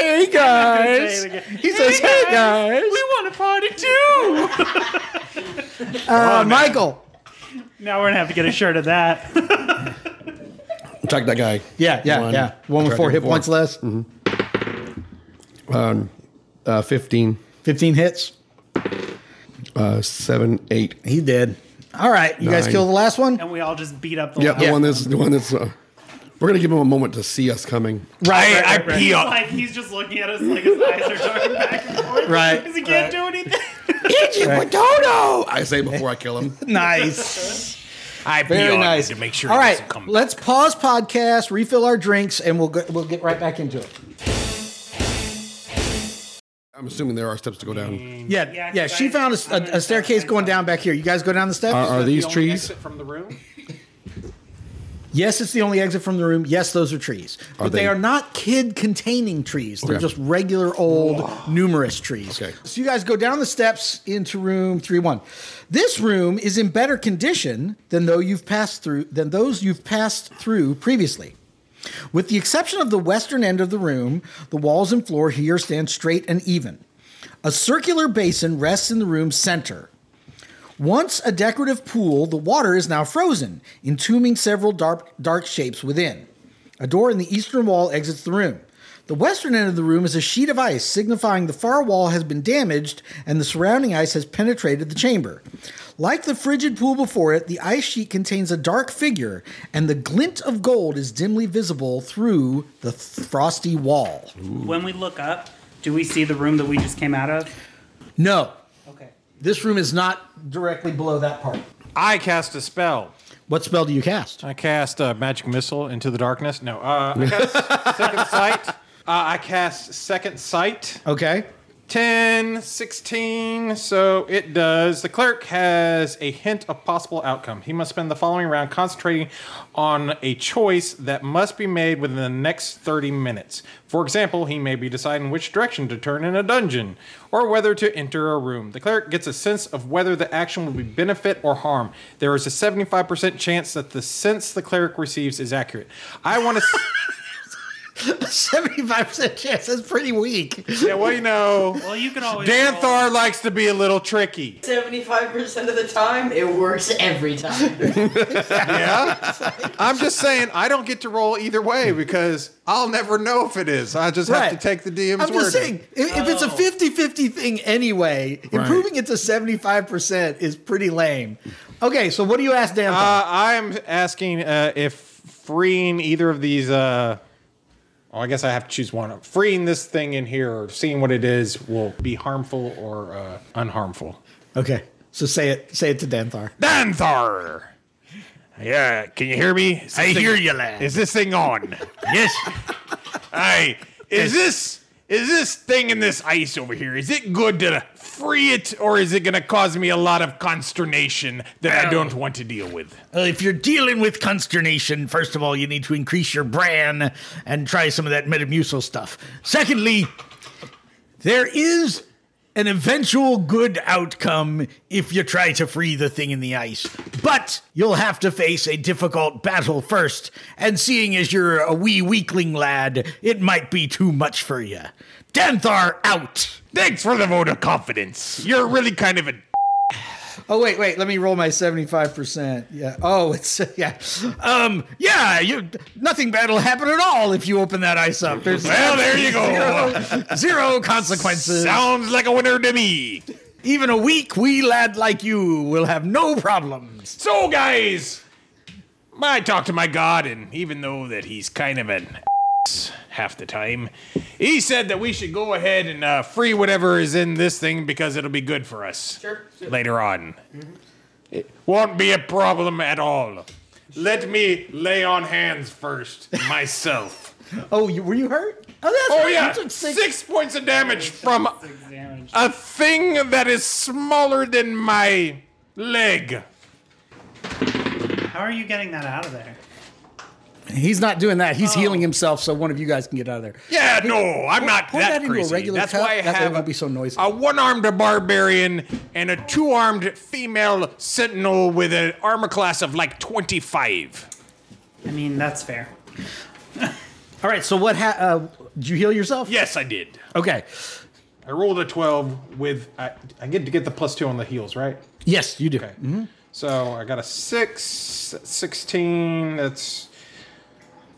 Speaker 1: Hey guys!
Speaker 6: Say it again.
Speaker 1: He says, hey guys!
Speaker 6: We want to party too.
Speaker 2: Uh, Michael.
Speaker 6: now we're gonna have to get a shirt of that.
Speaker 4: Attack that guy.
Speaker 2: Yeah, yeah,
Speaker 4: One.
Speaker 2: yeah. One with
Speaker 4: Try
Speaker 2: four Mm-hmm. hit
Speaker 4: different
Speaker 2: points less.
Speaker 4: Uh, 15,
Speaker 2: Fifteen hits.
Speaker 4: uh, 7, 8.
Speaker 2: He did. All right, you guys
Speaker 4: Nine.
Speaker 2: kill the last one.
Speaker 6: and we all just beat up the.
Speaker 4: Yeah,
Speaker 6: loud
Speaker 4: the one that's the one that's. Uh, we're gonna give him a moment to see us coming.
Speaker 3: I, I
Speaker 6: Right.
Speaker 3: pee on.
Speaker 6: Like he's just looking at us like his eyes are darting back and forth.
Speaker 2: Right.
Speaker 6: Because he can't do anything.
Speaker 4: Potato! I say before I kill him.
Speaker 2: Nice.
Speaker 3: I pee
Speaker 2: Very
Speaker 3: on
Speaker 2: nice.
Speaker 3: to make sure.
Speaker 2: All
Speaker 3: he
Speaker 2: right,
Speaker 3: doesn't come
Speaker 2: let's pause podcast, refill our drinks, and we'll go, we'll get right back into it.
Speaker 4: I'm assuming there are steps to go down.
Speaker 2: Yeah, yeah.
Speaker 6: Yeah,
Speaker 2: she
Speaker 6: 'cause I-
Speaker 2: found a s- a, a staircase going down back here. You guys go down the steps.
Speaker 4: Are, are these
Speaker 3: The only
Speaker 4: trees?
Speaker 3: exit from the room.
Speaker 2: yes, it's the only exit from the room. Yes, those are trees, but they,
Speaker 4: they-
Speaker 2: are not kid-containing trees. They're
Speaker 4: Okay.
Speaker 2: just regular old, numerous trees.
Speaker 4: Okay.
Speaker 2: So you guys go down the steps into room three one. This room is in better condition than though you've passed through than those you've passed through previously. With the exception of the western end of the room, the walls and floor here stand straight and even. A circular basin rests in the room's center. Once a decorative pool, the water is now frozen, entombing several dark, dark shapes within. A door in the eastern wall exits the room. The western end of the room is a sheet of ice, signifying the far wall has been damaged and the surrounding ice has penetrated the chamber. Like the frigid pool before it, the ice sheet contains a dark figure, and the glint of gold is dimly visible through the frosty wall.
Speaker 6: when we look up, do we see the room that we just came out of?
Speaker 2: No,
Speaker 6: Okay.
Speaker 2: this room is not directly below that part.
Speaker 3: I cast a spell.
Speaker 2: What spell do you cast?
Speaker 3: I cast uh, magic missile into the darkness. No, uh, I cast second sight. Uh, I cast second sight.
Speaker 2: Okay.
Speaker 3: 10, 16, so it does. The cleric has a hint of possible outcome. He must spend the following round concentrating on a choice that must be made within the next 30 minutes. For example, he may be deciding which direction to turn in a dungeon or whether to enter a room. The cleric gets a sense of whether the action will be benefit or harm. There is a 75% chance that the sense the cleric receives is accurate. I want to.
Speaker 2: Seventy-five percent chance. That's pretty weak.
Speaker 3: yeah, well, you know.
Speaker 6: Well, you can always. roll.
Speaker 3: Danthar likes to be a little tricky.
Speaker 8: 75% of the time, it works every time.
Speaker 3: I'm just saying I don't get to roll either way because I'll never know if it is. I just have to take the DM's
Speaker 2: I'm
Speaker 3: word.
Speaker 2: just saying, if, if it's a 50-50 thing anyway, improving it to seventy-five percent is pretty lame. Okay, so what do you ask Dan?
Speaker 3: Uh, I'm asking uh, if freeing either of these. Uh, oh, I guess I have to choose one. Freeing this thing in here or seeing what it is will be harmful or uh, unharmful.
Speaker 2: okay, so say it. Say it to Danthar.
Speaker 3: Danthar! Yeah, can you hear me? I hear you, lad. Is this thing on? yes. Hey, is this is this thing in this ice over here? Is it good to free it, or is it going to cause me a lot of consternation that I don't want to deal with?
Speaker 1: Uh, if you're dealing with consternation, first of all, you need to increase your bran and try some of that Metamucil stuff. Secondly, there is an eventual good outcome if you try to free the thing in the ice, but you'll have to face a difficult battle first. And seeing as you're a wee weakling lad, it might be too much for you. Danthar out.
Speaker 3: Thanks for the vote of confidence. You're really kind of a.
Speaker 2: Oh wait, wait. Let me roll my seventy-five percent. Yeah. Oh, it's yeah.
Speaker 1: Um, yeah, you nothing bad will happen at all if you open that ice up. There's
Speaker 3: Well, there you go.
Speaker 1: zero consequences.
Speaker 3: Sounds like a winner to me.
Speaker 1: Even a weak wee lad like you will have no problems.
Speaker 3: So, guys, I talked to my god, and even though that he's kind of an ass half the time, he said that we should go ahead and uh, free whatever is in this thing because it'll be good for us
Speaker 8: Sure.
Speaker 3: later on. It won't be a problem at all. Let me lay on hands first myself.
Speaker 2: Oh, you, were you hurt? Oh, that's
Speaker 3: oh
Speaker 2: right.
Speaker 3: yeah,
Speaker 2: You took six.
Speaker 3: six points of damage from
Speaker 6: Examined.
Speaker 3: a thing that is smaller than my leg.
Speaker 6: How are you getting that out of there?
Speaker 2: He's not doing that. He's healing himself, so one of you guys can get out of there.
Speaker 3: Yeah, no, I'm not
Speaker 2: pour
Speaker 3: that,
Speaker 2: that into a
Speaker 3: crazy.
Speaker 2: regular
Speaker 3: That's
Speaker 2: cup,
Speaker 3: why I
Speaker 2: that way it
Speaker 3: have
Speaker 2: won't be so noisy.
Speaker 3: a one-armed barbarian and a two-armed female sentinel with an armor class of like 25.
Speaker 6: I mean, that's fair.
Speaker 2: All right. So what? Ha- uh, did you heal yourself?
Speaker 3: Yes, I did.
Speaker 2: Okay.
Speaker 3: I rolled a 12 with. I, I get to get the plus two on the heels, right?
Speaker 2: Yes, you do. Mm-hmm.
Speaker 3: Okay. So I got a 6, that's 16. That's.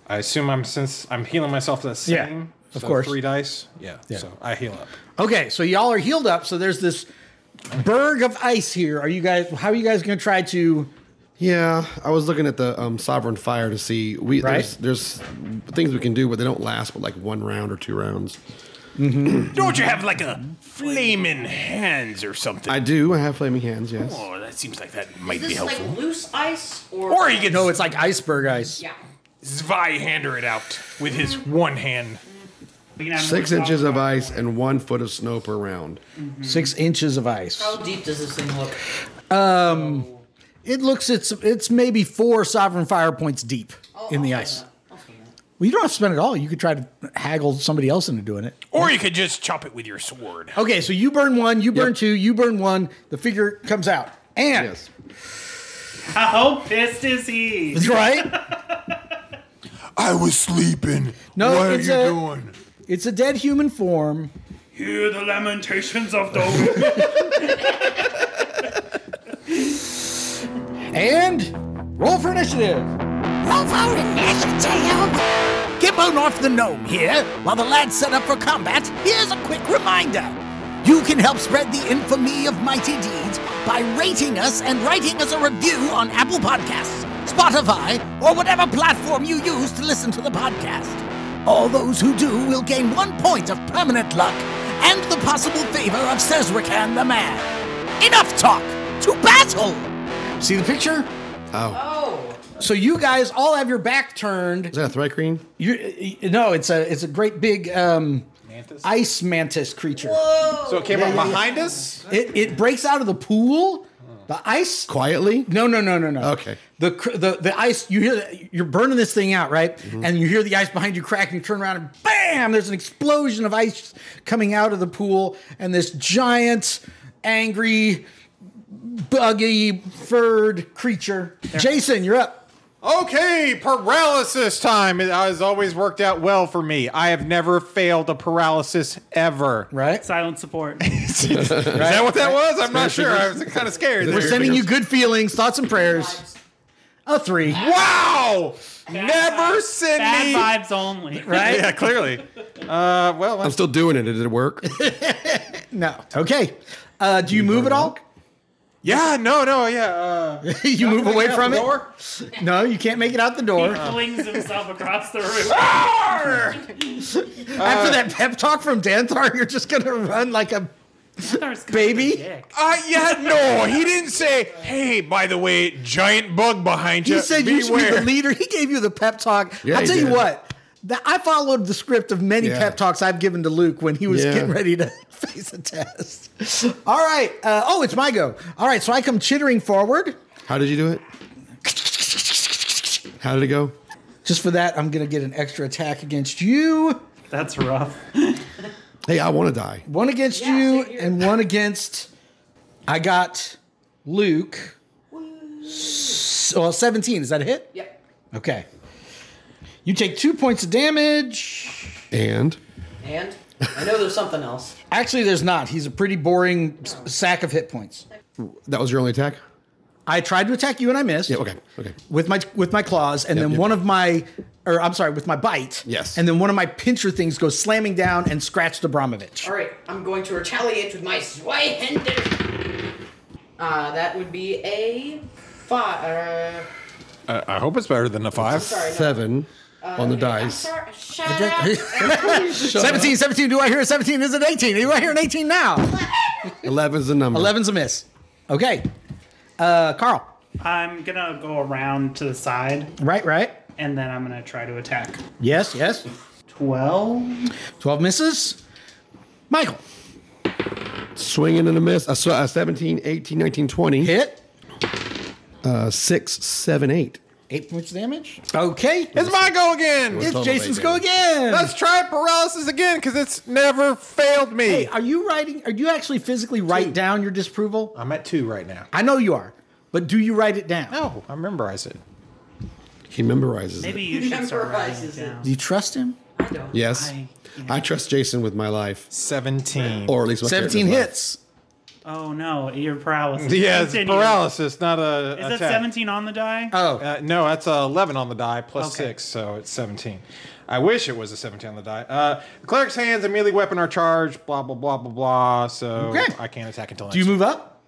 Speaker 3: I assume I'm since I'm healing myself the same.
Speaker 2: Yeah, of
Speaker 3: so
Speaker 2: course.
Speaker 3: Three dice. Yeah, So I heal up.
Speaker 2: Okay, so y'all are healed up. So there's this berg of ice here. Are you guys? How are you guys going to try to?
Speaker 4: Yeah, I was looking at the um, Sovereign Fire to see we
Speaker 2: Right.
Speaker 4: there's, there's things we can do, but they don't last but like one round or two rounds.
Speaker 3: Don't you have like a flaming hands or something?
Speaker 4: I do. I have flaming hands. Yes.
Speaker 3: oh, that seems like that might
Speaker 8: Is
Speaker 3: be
Speaker 8: this like
Speaker 3: helpful.
Speaker 8: loose ice or?
Speaker 3: or he could
Speaker 2: No, it's like iceberg ice.
Speaker 8: yeah.
Speaker 3: Zweihander it out with his one hand.
Speaker 6: We can have
Speaker 4: Six
Speaker 6: more
Speaker 4: inches
Speaker 6: talk
Speaker 4: of
Speaker 6: about
Speaker 4: ice and one foot of snow per round.
Speaker 3: Mm-hmm.
Speaker 2: Six inches of ice.
Speaker 8: How deep does this thing look?
Speaker 2: It looks it's it's maybe four sovereign fire points deep in the ice.
Speaker 8: I'll swing that.
Speaker 2: Well, you don't have to spend it all. You could try to haggle somebody else into doing it.
Speaker 3: Or you could just chop it with your sword.
Speaker 2: Okay, so you burn one, you burn two, you burn one. The figure comes out, and
Speaker 4: Yes.
Speaker 6: How pissed is he?
Speaker 2: That's right.
Speaker 3: I was sleeping.
Speaker 2: No, What are it's you a- doing? It's a dead human form.
Speaker 6: Hear the lamentations of the.
Speaker 2: And roll for initiative.
Speaker 1: Roll for initiative! Gibbo North the Gnome here. While the lads set up for combat, here's a quick reminder. You can help spread the infamy of Mighty Deeds by rating us and writing us a review on Apple Podcasts, Spotify, or whatever platform you use to listen to the podcast. All those who do will gain one point of permanent luck and the possible favor of Sezracan the Man. Enough talk! To battle!
Speaker 2: See the picture?
Speaker 8: Oh,
Speaker 2: So you guys all have your back turned.
Speaker 4: Is that a threat green?
Speaker 2: You, you no, it's a it's a great big um, ice mantis creature.
Speaker 3: So it came up behind us?
Speaker 2: It it breaks out of the pool. The ice.
Speaker 4: Quietly.
Speaker 2: No, no, no, no, no.
Speaker 4: Okay.
Speaker 2: The cr- the the ice. You hear the, you're burning this thing out, right? And you hear the ice behind you crack, and you turn around, and bam! There's an explosion of ice coming out of the pool, and this giant, angry, buggy, furred creature. Jason, you're up.
Speaker 3: Okay, paralysis time It has always worked out well for me. I have never failed a paralysis ever.
Speaker 2: Right.
Speaker 6: Silent support.
Speaker 3: Is that what that was? I'm not sure. I was kind of scared.
Speaker 2: We're
Speaker 3: there.
Speaker 2: sending you good feelings, thoughts, and prayers. A three.
Speaker 3: Wow! Never send me.
Speaker 6: Bad vibes only.
Speaker 2: Right?
Speaker 3: Yeah, clearly. Uh, well,
Speaker 4: I'm still doing it. Did it work?
Speaker 2: No. Okay. Uh, do you move at all?
Speaker 3: yeah, no, no, yeah. Uh,
Speaker 2: you move away
Speaker 3: out
Speaker 2: from
Speaker 3: the
Speaker 2: it?
Speaker 3: door?
Speaker 2: No, you can't make it out the door.
Speaker 4: Uh,
Speaker 6: Flings himself across the room.
Speaker 2: After that pep talk from Danthar, you're just going to run like a.
Speaker 6: Thor's kind of
Speaker 2: Baby?
Speaker 6: a dick.
Speaker 3: Uh, yeah, no, he didn't say, hey, by the way, giant bug behind you.
Speaker 2: He said you should be the leader. He gave you the pep talk.
Speaker 4: Yeah,
Speaker 2: I'll
Speaker 4: he
Speaker 2: tell you
Speaker 4: did.
Speaker 2: what. That I followed the script of many
Speaker 4: Yeah.
Speaker 2: pep talks I've given to Luke when he was
Speaker 4: Yeah.
Speaker 2: getting ready to face a test. All right. Uh, oh, it's my go. All right. So I come chittering forward.
Speaker 4: How did you do it? How did it go?
Speaker 2: Just for that, I'm going to get an extra attack against you.
Speaker 6: That's rough.
Speaker 4: Hey, I want to die.
Speaker 2: One against
Speaker 8: Yeah,
Speaker 2: you
Speaker 8: same here.
Speaker 2: and one against. I got Luke. S- Well, 17. Is that a hit?
Speaker 8: yep.
Speaker 2: Okay. You take two points of damage.
Speaker 4: And
Speaker 8: And I know there's something else.
Speaker 2: Actually, there's not. He's a pretty boring s- sack of hit points.
Speaker 4: that was your only attack.
Speaker 2: I tried to attack you and I missed.
Speaker 4: Yeah. Okay. Okay.
Speaker 2: With my with my claws, and then
Speaker 4: yep.
Speaker 2: one of my, or I'm sorry, with my bite.
Speaker 4: Yes.
Speaker 2: And then one of my pincher things goes slamming down and scratched Abramovich.
Speaker 8: All right, I'm going to retaliate with my Zweihander. Uh, that would be a five. Uh,
Speaker 3: I hope it's better than a five.
Speaker 8: sorry, no.
Speaker 4: Seven on the
Speaker 8: I'm
Speaker 4: dice.
Speaker 8: sorry. Shut up.
Speaker 2: 17, 17. Do I hear a 17? Is it 18? Do I hear an 18 now?
Speaker 4: Eleven's the number.
Speaker 2: 11's a miss. Okay. Uh, Carl.
Speaker 6: I'm gonna go around to the side
Speaker 2: Right, right.
Speaker 6: and then I'm gonna try to attack.
Speaker 2: Yes, yes.
Speaker 6: 12?
Speaker 2: 12 misses. Michael.
Speaker 4: Swinging and a miss. I saw uh, a 17, 18, 19, 20.
Speaker 2: Hit.
Speaker 4: Uh, six, seven, eight.
Speaker 2: Eight points of damage. Okay.
Speaker 3: It's my go again.
Speaker 2: It's
Speaker 4: total
Speaker 2: Jason's
Speaker 4: eight
Speaker 2: go
Speaker 4: damage.
Speaker 2: again.
Speaker 3: Let's try paralysis again because it's never failed me.
Speaker 2: hey, are you writing? Are you actually physically write down your disapproval?
Speaker 3: I'm at two right now.
Speaker 7: Oh,
Speaker 2: I know you are, but do you write it down?
Speaker 3: No, I memorize it.
Speaker 4: He memorizes
Speaker 6: Maybe
Speaker 4: it.
Speaker 6: you should start writing it
Speaker 8: Memorizes it.
Speaker 6: down.
Speaker 2: Do you trust him?
Speaker 8: I don't.
Speaker 4: Yes. I, trust Jason with my life,
Speaker 3: 17.
Speaker 4: or at least my character's
Speaker 2: 17
Speaker 4: life.
Speaker 2: hits.
Speaker 6: Oh no, your paralysis.
Speaker 7: Yeah, it's
Speaker 6: Continue.
Speaker 7: paralysis, not a.
Speaker 6: Is that
Speaker 7: attack.
Speaker 6: 17 on the die?
Speaker 2: Oh,
Speaker 7: Uh, no, that's uh, 11 on the die, plus
Speaker 6: Okay.
Speaker 7: 6, so it's 17. I wish it was a 17 on the die. Uh, the cleric's hands and melee weapon are charged, blah, blah, blah, blah, blah, so
Speaker 2: Okay.
Speaker 7: I can't attack until next
Speaker 2: do you
Speaker 7: turn.
Speaker 2: move up?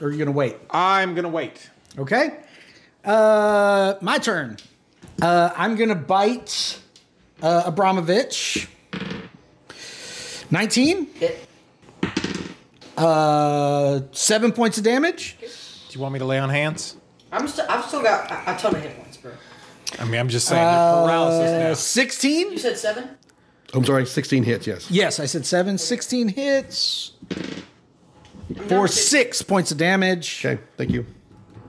Speaker 2: Or are you going to wait?
Speaker 7: I'm going to wait.
Speaker 2: Okay. Uh, my turn. Uh, I'm going to bite uh, Abramovich. 19.
Speaker 8: Hit.
Speaker 2: Uh, seven points of damage.
Speaker 7: Do you want me to lay on hands?
Speaker 8: I'm still. I've still got a, a ton of hit points, bro.
Speaker 7: I mean, I'm just saying. the
Speaker 2: Uh,
Speaker 7: paralysis
Speaker 2: 16.
Speaker 8: You said seven.
Speaker 4: I'm sorry, 16 hits. Yes.
Speaker 2: Yes, I said seven. 16 hits
Speaker 8: I'm down
Speaker 2: for
Speaker 8: to-
Speaker 2: six points of damage.
Speaker 4: Okay. Thank you.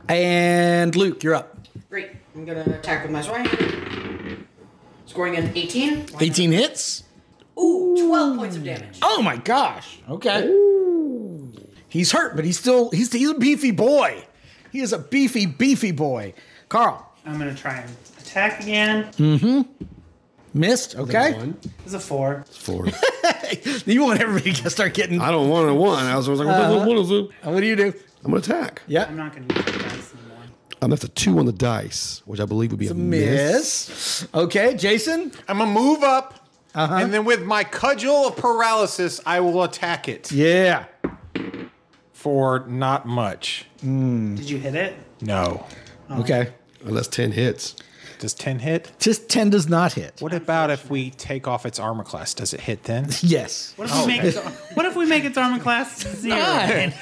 Speaker 2: And Luke, you're up.
Speaker 8: Great. I'm gonna attack with my sword. Scoring an 18.
Speaker 2: 18 hits.
Speaker 8: Ooh, 12 points of damage.
Speaker 2: Oh my gosh. Okay. He's hurt, but he's still he's he's a beefy boy. He is a beefy beefy boy. Carl
Speaker 6: I'm gonna try and attack again.
Speaker 2: missed. Okay.
Speaker 4: One,
Speaker 6: It's a four.
Speaker 4: it's four.
Speaker 2: You want everybody to start getting.
Speaker 4: I don't want a one. I was, I was like, what, what is it?
Speaker 2: What do you do?
Speaker 4: I'm gonna attack.
Speaker 6: I'm
Speaker 2: Yeah.
Speaker 6: not gonna use that dice anymore.
Speaker 4: Um, that's a two on the dice, which I believe would be a, miss.
Speaker 2: Miss. Okay, Jason.
Speaker 7: now. I'm going to move up,
Speaker 2: Uh-huh.
Speaker 7: and then with my cudgel of paralysis, I will attack it
Speaker 2: Yeah.
Speaker 7: for not much.
Speaker 6: Did you hit it?
Speaker 7: No.
Speaker 2: Oh. Okay.
Speaker 4: Unless ten hits.
Speaker 7: Does 10 hit?
Speaker 2: Just ten does not hit.
Speaker 7: What about if we take off its armor class? Does it hit then?
Speaker 2: Yes.
Speaker 6: What if
Speaker 8: Oh,
Speaker 6: we make it, What if we make its armor class zero?
Speaker 2: All right.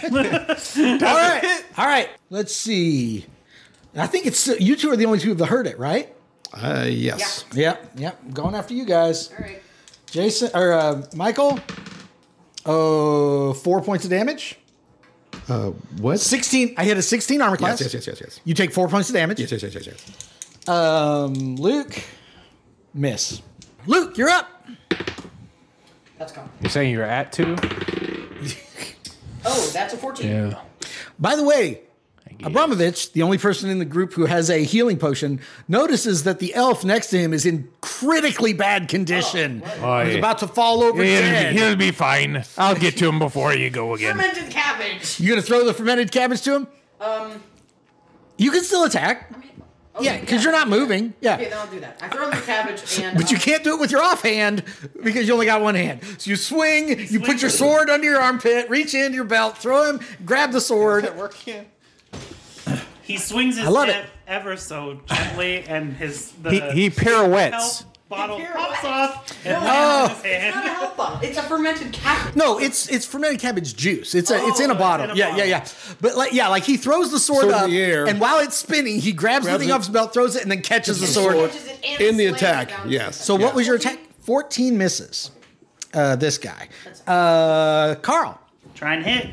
Speaker 2: All right. Let's see. I think it's you two are the only two that heard it, right?
Speaker 4: Uh, yes.
Speaker 2: Yep. Yep. Going after you guys.
Speaker 8: All right.
Speaker 2: Jason or uh, Michael. Oh, four points of damage.
Speaker 4: Uh, what?
Speaker 2: Sixteen. I hit a sixteen armor class.
Speaker 4: Yes, yes, yes, yes, yes.
Speaker 2: You take four points of damage.
Speaker 4: Yes, yes, yes, yes, yes.
Speaker 2: Um, Luke, miss. Luke, you're up.
Speaker 8: That's gone.
Speaker 7: You're saying you're at 2?
Speaker 8: Oh, that's a 14.
Speaker 7: Yeah.
Speaker 2: By the way, Abramovich, the only person in the group who has a healing potion, notices that the elf next to him is in critically bad condition. He's about to fall over dead.
Speaker 7: He'll be fine. I'll get to him before you go again.
Speaker 8: Fermented cabbage.
Speaker 2: You gonna throw the fermented cabbage to him?
Speaker 8: Um.
Speaker 2: You can still attack.
Speaker 8: I mean,
Speaker 2: Oh, Yeah, because you're not moving.
Speaker 8: Okay,
Speaker 2: Yeah.
Speaker 8: then I'll do that. I throw him the cabbage and.
Speaker 2: But you
Speaker 8: uh,
Speaker 2: can't do it with your offhand because you only got one hand. So you swing, you put your sword under your armpit, reach into your belt, throw him, grab the sword.
Speaker 6: He swings his
Speaker 2: I love
Speaker 6: head
Speaker 2: it.
Speaker 6: ever so gently, and his the
Speaker 7: He, he pirouettes.
Speaker 6: help bottle
Speaker 8: He pirouettes.
Speaker 6: pops off and
Speaker 8: Oh. It's
Speaker 6: lands in his
Speaker 8: not a
Speaker 6: hand.
Speaker 8: health bottle. It's a fermented cabbage.
Speaker 2: No, it's it's fermented cabbage juice. It's a it's
Speaker 6: Oh,
Speaker 2: in a
Speaker 6: it's
Speaker 2: bottle.
Speaker 6: in a
Speaker 2: yeah,
Speaker 6: bottle.
Speaker 2: yeah, yeah. But like yeah, like he throws the sword
Speaker 4: Sword in
Speaker 2: up,
Speaker 4: the air.
Speaker 2: and while it's spinning, he grabs, the
Speaker 4: Grabs
Speaker 2: thing
Speaker 4: it.
Speaker 2: off his belt, throws it, and then catches the
Speaker 8: He
Speaker 2: sword.
Speaker 8: catches it and
Speaker 4: In the
Speaker 8: slams it
Speaker 4: attack,
Speaker 8: down.
Speaker 4: yes.
Speaker 2: So what
Speaker 4: Yeah.
Speaker 2: was your attack? Fourteen misses. Uh, this guy, uh, Carl.
Speaker 6: Try and hit.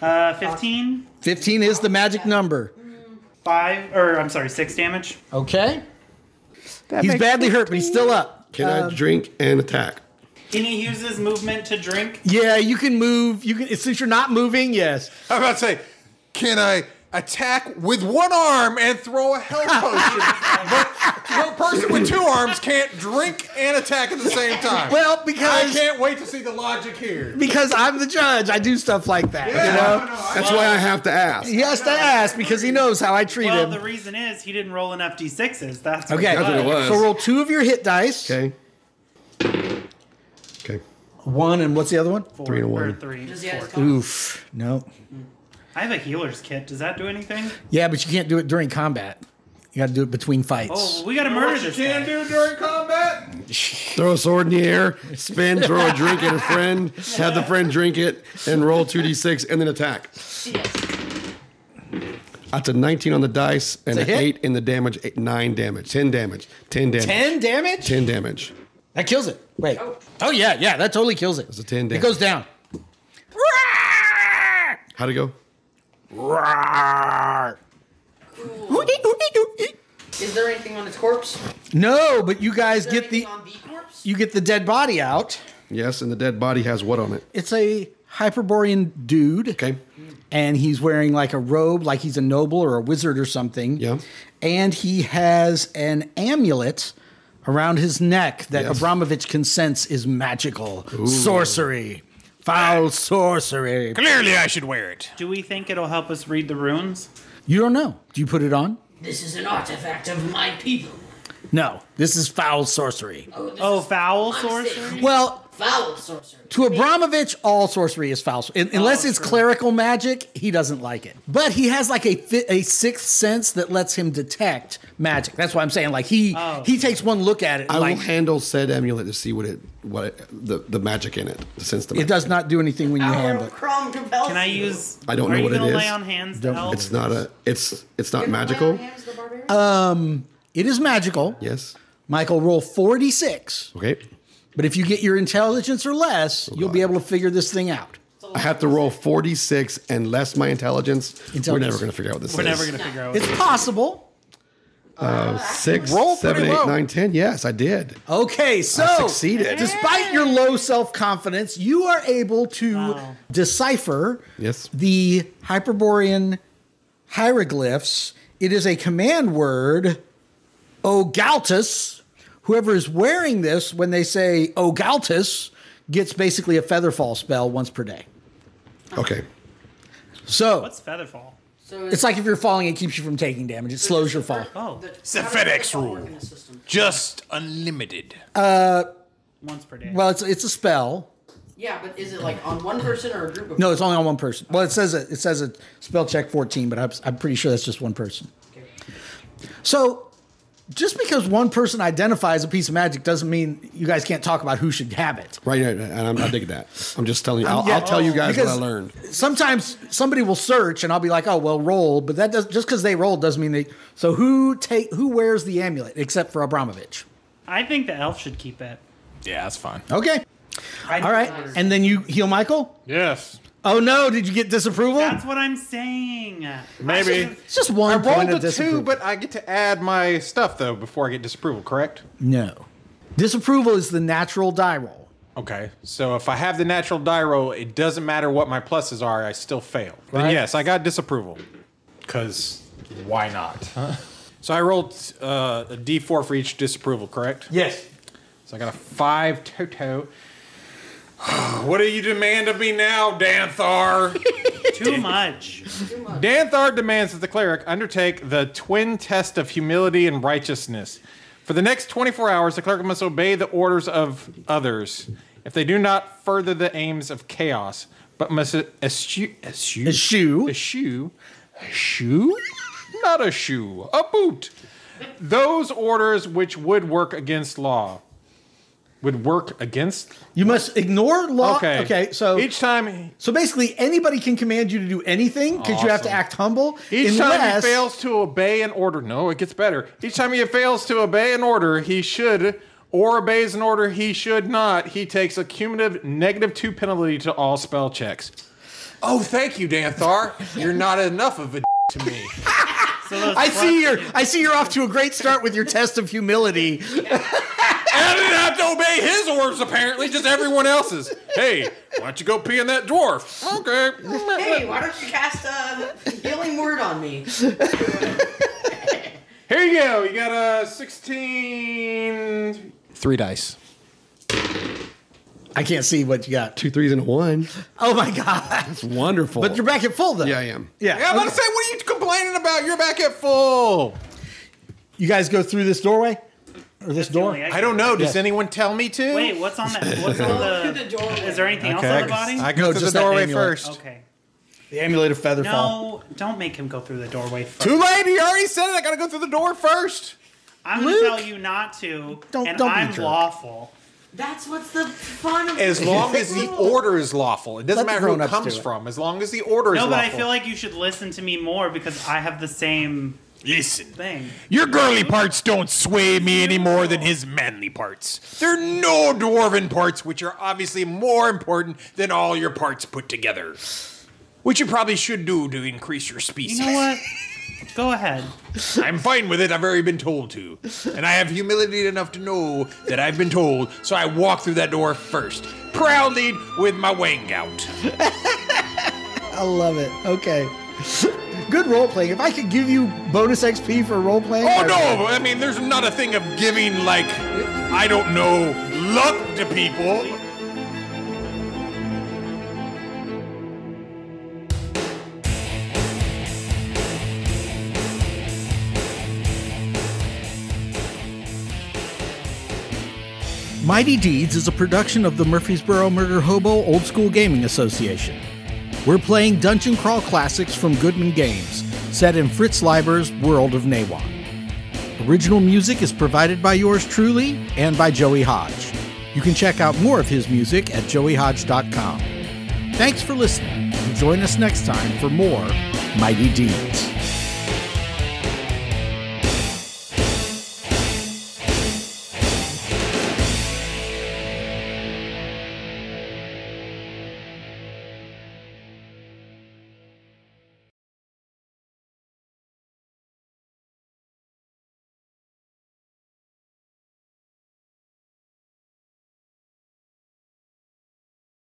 Speaker 6: Uh, 15,
Speaker 2: Fifteen is the magic number.
Speaker 6: five, or I'm sorry, six damage.
Speaker 2: Okay. he's badly hurt, but he's still up.
Speaker 4: Can I drink and attack?
Speaker 6: Can he use his movement to drink?
Speaker 2: Yeah, you can move. You can since you're not moving. Yes.
Speaker 7: I'm about to say, can I attack with one arm and throw a health potion? but a person with two arms can't drink and attack at the same time.
Speaker 2: Well,
Speaker 7: I
Speaker 2: because
Speaker 7: can't wait to see the logic here.
Speaker 2: because I'm the judge, I do stuff like that. You know.
Speaker 4: That's why I have to ask.
Speaker 2: He has to ask because he knows how I treat
Speaker 6: Well,
Speaker 2: him.
Speaker 6: the reason is he didn't roll enough d6s. That's
Speaker 2: Okay. uh,
Speaker 4: That's what it was.
Speaker 2: So roll two of your hit dice.
Speaker 4: Okay. Okay.
Speaker 2: One and what's the other one?
Speaker 6: Four,
Speaker 4: Three and
Speaker 6: or
Speaker 4: one.
Speaker 6: three.
Speaker 8: Does he have his
Speaker 6: Four.
Speaker 8: combo?
Speaker 2: Oof. No.
Speaker 6: I have a healer's kit. Does that do anything?
Speaker 2: Yeah, but you can't do it during combat. You got to do it between fights.
Speaker 6: Oh, we gotta murder this guy.
Speaker 7: do during combat?
Speaker 4: Throw a sword in the air, spin, throw a drink at a friend, have the friend drink it, and roll 2d6 and then attack.
Speaker 8: Yes.
Speaker 4: That's a 19 on the dice and
Speaker 2: It's a
Speaker 4: an
Speaker 2: hit.
Speaker 4: 8 in the damage, eight, 9 damage, 10 damage, 10 damage,
Speaker 2: Ten
Speaker 4: 10,
Speaker 2: damage.
Speaker 4: damage.
Speaker 2: That kills it. Wait.
Speaker 8: Oh.
Speaker 2: Oh. yeah, yeah. That totally kills it.
Speaker 4: That's a 10
Speaker 2: It
Speaker 4: damage.
Speaker 2: goes down.
Speaker 4: How'd it go?
Speaker 8: Is there anything on his corpse? Is
Speaker 2: No, but you guys
Speaker 8: there
Speaker 2: get
Speaker 8: anything
Speaker 2: the
Speaker 8: on the corpse?
Speaker 2: you get the dead body out.
Speaker 4: Yes, and the dead body has what on it?
Speaker 2: It's a Hyperborean dude.
Speaker 4: Okay.
Speaker 2: and he's wearing like a robe, like he's a noble or a wizard or something.
Speaker 4: Yeah.
Speaker 2: And he has an amulet around his neck that
Speaker 4: Yes.
Speaker 2: Abramovich consents is magical sorcery, foul sorcery.
Speaker 3: Clearly, I should wear it.
Speaker 6: Do we think it'll help us read the runes?
Speaker 2: You don't know. Do you put it on?
Speaker 10: This is an artifact of my people.
Speaker 2: No, this is foul sorcery.
Speaker 10: Oh, this
Speaker 6: Oh,
Speaker 10: is
Speaker 6: foul
Speaker 10: I'm
Speaker 6: sorcery?
Speaker 2: Well,
Speaker 10: foul sorcery.
Speaker 2: To Abramovich, all sorcery is foul. Un- Unless
Speaker 6: Oh,
Speaker 2: it's
Speaker 6: true.
Speaker 2: clerical magic, he doesn't like it. But he has like a fi- a sixth sense that lets him detect magic. That's why I'm saying like he
Speaker 6: Oh.
Speaker 2: he takes one look at it
Speaker 4: I
Speaker 2: and like
Speaker 4: will handle said amulet to see what it what it, the the magic in it. Since the
Speaker 2: it does not do anything when you handle it.
Speaker 8: Crom compels
Speaker 6: Can I
Speaker 8: you.
Speaker 6: use.
Speaker 4: I don't
Speaker 6: are
Speaker 4: know
Speaker 6: you
Speaker 4: what it
Speaker 6: gonna
Speaker 4: is.
Speaker 6: lay on hands to help?
Speaker 4: It's not a. It's it's not
Speaker 8: Can I lay on
Speaker 4: magical.
Speaker 2: Uh,
Speaker 8: hands the barbarian?
Speaker 2: It is magical.
Speaker 4: Yes.
Speaker 2: Michael, roll 46.
Speaker 4: Okay.
Speaker 2: But if you get your intelligence or less, you'll be
Speaker 4: Oh, God.
Speaker 2: able to figure this thing out.
Speaker 4: I have to roll forty six and less my intelligence. We're
Speaker 2: Intelligence.
Speaker 4: never going to figure out what this
Speaker 6: We're
Speaker 4: is.
Speaker 6: never going to figure out.
Speaker 2: It's possible.
Speaker 4: Six,
Speaker 3: Roll
Speaker 4: seven,
Speaker 3: pretty
Speaker 4: eight,
Speaker 3: low.
Speaker 4: nine, ten. Yes, I did.
Speaker 2: Okay, so
Speaker 4: succeeded.
Speaker 2: Oh, Despite your low self confidence, you are able to
Speaker 6: Wow.
Speaker 2: decipher
Speaker 4: Yes.
Speaker 2: the Hyperborean hieroglyphs. It is a command word, Ogaltus. Whoever is wearing this, when they say Ogaltus, gets basically a featherfall spell once per day.
Speaker 4: Okay.
Speaker 2: So
Speaker 6: What's Featherfall?
Speaker 8: So
Speaker 2: it's like if you're falling, it keeps you from taking damage. It slows your fall.
Speaker 6: Oh,
Speaker 8: It's
Speaker 3: a FedEx rule. Just unlimited.
Speaker 6: once per day.
Speaker 2: Well, it's, it's a spell.
Speaker 8: Yeah, but is it like on one person or a group of
Speaker 2: No, it's only on one person. Well, it says it, it says a spell check 14, but I'm, I'm pretty sure that's just one person. So, just because one person identifies a piece of magic doesn't mean you guys can't talk about who should have it.
Speaker 4: Right. right, right, And I'm not digging that. I'm just telling you. I'll,
Speaker 2: yeah.
Speaker 4: I'll tell you guys what I
Speaker 2: Because-
Speaker 4: learned.
Speaker 2: Sometimes somebody will search and I'll be like, "Oh, well, roll," but that does just because they rolled doesn't mean they. So who take who wears the amulet except for Abramovich?
Speaker 6: I think the elf should keep it.
Speaker 3: Yeah, that's fine.
Speaker 2: Okay, all right, and then you heal Michael.
Speaker 3: Yes.
Speaker 2: Oh no, did you get disapproval?
Speaker 6: That's what I'm saying.
Speaker 3: Maybe.
Speaker 2: it's just one
Speaker 3: I
Speaker 2: point
Speaker 3: rolled
Speaker 2: of
Speaker 3: a two,
Speaker 2: disapproval.
Speaker 3: but I get to add my stuff though before I get disapproval. Correct?
Speaker 2: no, disapproval is the natural die roll.
Speaker 3: Okay. So if I have the natural die roll, it doesn't matter what my pluses are. I still fail. Then
Speaker 2: Right.
Speaker 3: yes, I got disapproval. Cause why not? So I rolled uh, a d4 for each disapproval. Correct?
Speaker 2: Yes.
Speaker 3: So I got a five toto. what do you demand of me now, Danthar?
Speaker 6: Too much.
Speaker 3: Danthar demands that the cleric undertake the twin test of humility and righteousness. For the next 24 hours, the cleric must obey the orders of others if they do not further the aims of chaos, but must e-, eschew. Eschew?
Speaker 2: Eschew.
Speaker 3: Eschew? Eschew? Not a shoe, a boot. Those orders which would work against law. Would work against?
Speaker 2: You must ignore law.
Speaker 3: Okay.
Speaker 2: so
Speaker 3: Each time
Speaker 2: so basically anybody can command you to do anything because you have to
Speaker 3: Awesome.
Speaker 2: act humble.
Speaker 3: Each time he
Speaker 2: unless-
Speaker 3: fails to obey an order, no, it gets better. Each time he fails to obey an order, he should or obeys an order he should not, he takes a cumulative negative two penalty to all spell checks. Oh, thank you, Danthar. You're not enough of a d- to me.
Speaker 6: So those
Speaker 2: I see
Speaker 6: plus-
Speaker 2: you're I see you're off to a great start with your test of humility.
Speaker 3: And I didn't have to obey his orders, apparently, just everyone else's. Hey, why don't you go pee in that dwarf? Okay.
Speaker 8: Hey, why don't you cast a healing word on me?
Speaker 3: Here you go. You got a 16. Three dice.
Speaker 2: I can't see what you got.
Speaker 4: Two threes and a one.
Speaker 2: Oh my god.
Speaker 4: It's wonderful.
Speaker 2: But you're back at full though.
Speaker 4: Yeah, I am.
Speaker 2: Yeah.
Speaker 3: Yeah, I'm about to
Speaker 2: Okay.
Speaker 3: say, what are you complaining about? You're back at full.
Speaker 2: You guys go through this doorway? Or this door?
Speaker 6: Julie,
Speaker 3: I don't know. Does
Speaker 2: Yes.
Speaker 3: anyone tell me to?
Speaker 6: Wait, what's on that? What's on
Speaker 8: Through
Speaker 6: the?
Speaker 8: the doorway.
Speaker 6: Is there anything
Speaker 3: Okay,
Speaker 6: else
Speaker 3: I,
Speaker 6: on the body?
Speaker 3: I go
Speaker 2: No,
Speaker 3: to the
Speaker 2: just that
Speaker 3: doorway
Speaker 2: amulet.
Speaker 3: first.
Speaker 6: okay.
Speaker 2: The amulet of feather fall.
Speaker 6: No, don't make him go through the doorway first.
Speaker 3: Too late. You already said it. I gotta go through the door first.
Speaker 6: I'm
Speaker 2: Luke.
Speaker 6: gonna tell you not to.
Speaker 2: Don't-
Speaker 6: and
Speaker 2: don't be a
Speaker 6: I'm
Speaker 2: jerk.
Speaker 6: lawful.
Speaker 8: That's what's the fun of
Speaker 3: As long as the order is lawful, it doesn't
Speaker 2: Let the
Speaker 3: matter who it
Speaker 2: grown-ups
Speaker 3: comes
Speaker 2: do it.
Speaker 3: from. As long as the order is
Speaker 6: No,
Speaker 3: lawful.
Speaker 6: but I feel like you should listen to me more because I have the same
Speaker 3: listen.
Speaker 6: thing.
Speaker 3: Your girly parts don't sway me any more than his manly parts. There are no dwarven parts, which are obviously more important than all your parts put together. Which you probably should do to increase your species.
Speaker 6: You know what? go ahead.
Speaker 3: I'm fine with it. I've already been told to. And I have humility enough to know that I've been told, so I walk through that door first, proudly with my wang out.
Speaker 1: I love it. Okay. Good role playing. If I could give you bonus XP for role playing.
Speaker 7: Oh
Speaker 1: I
Speaker 7: no! I mean, there's not a thing of giving like I don't know luck to people.
Speaker 1: Mighty Deeds is a production of the Murfreesboro Murder Hobo Old School Gaming Association. We're playing Dungeon Crawl classics from Goodman Games, set in Fritz Leiber's World of Nawa. Original music is provided by yours truly and by Joey Hodge. You can check out more of his music at joeyhodge.com. Thanks for listening and join us next time for more Mighty Deeds.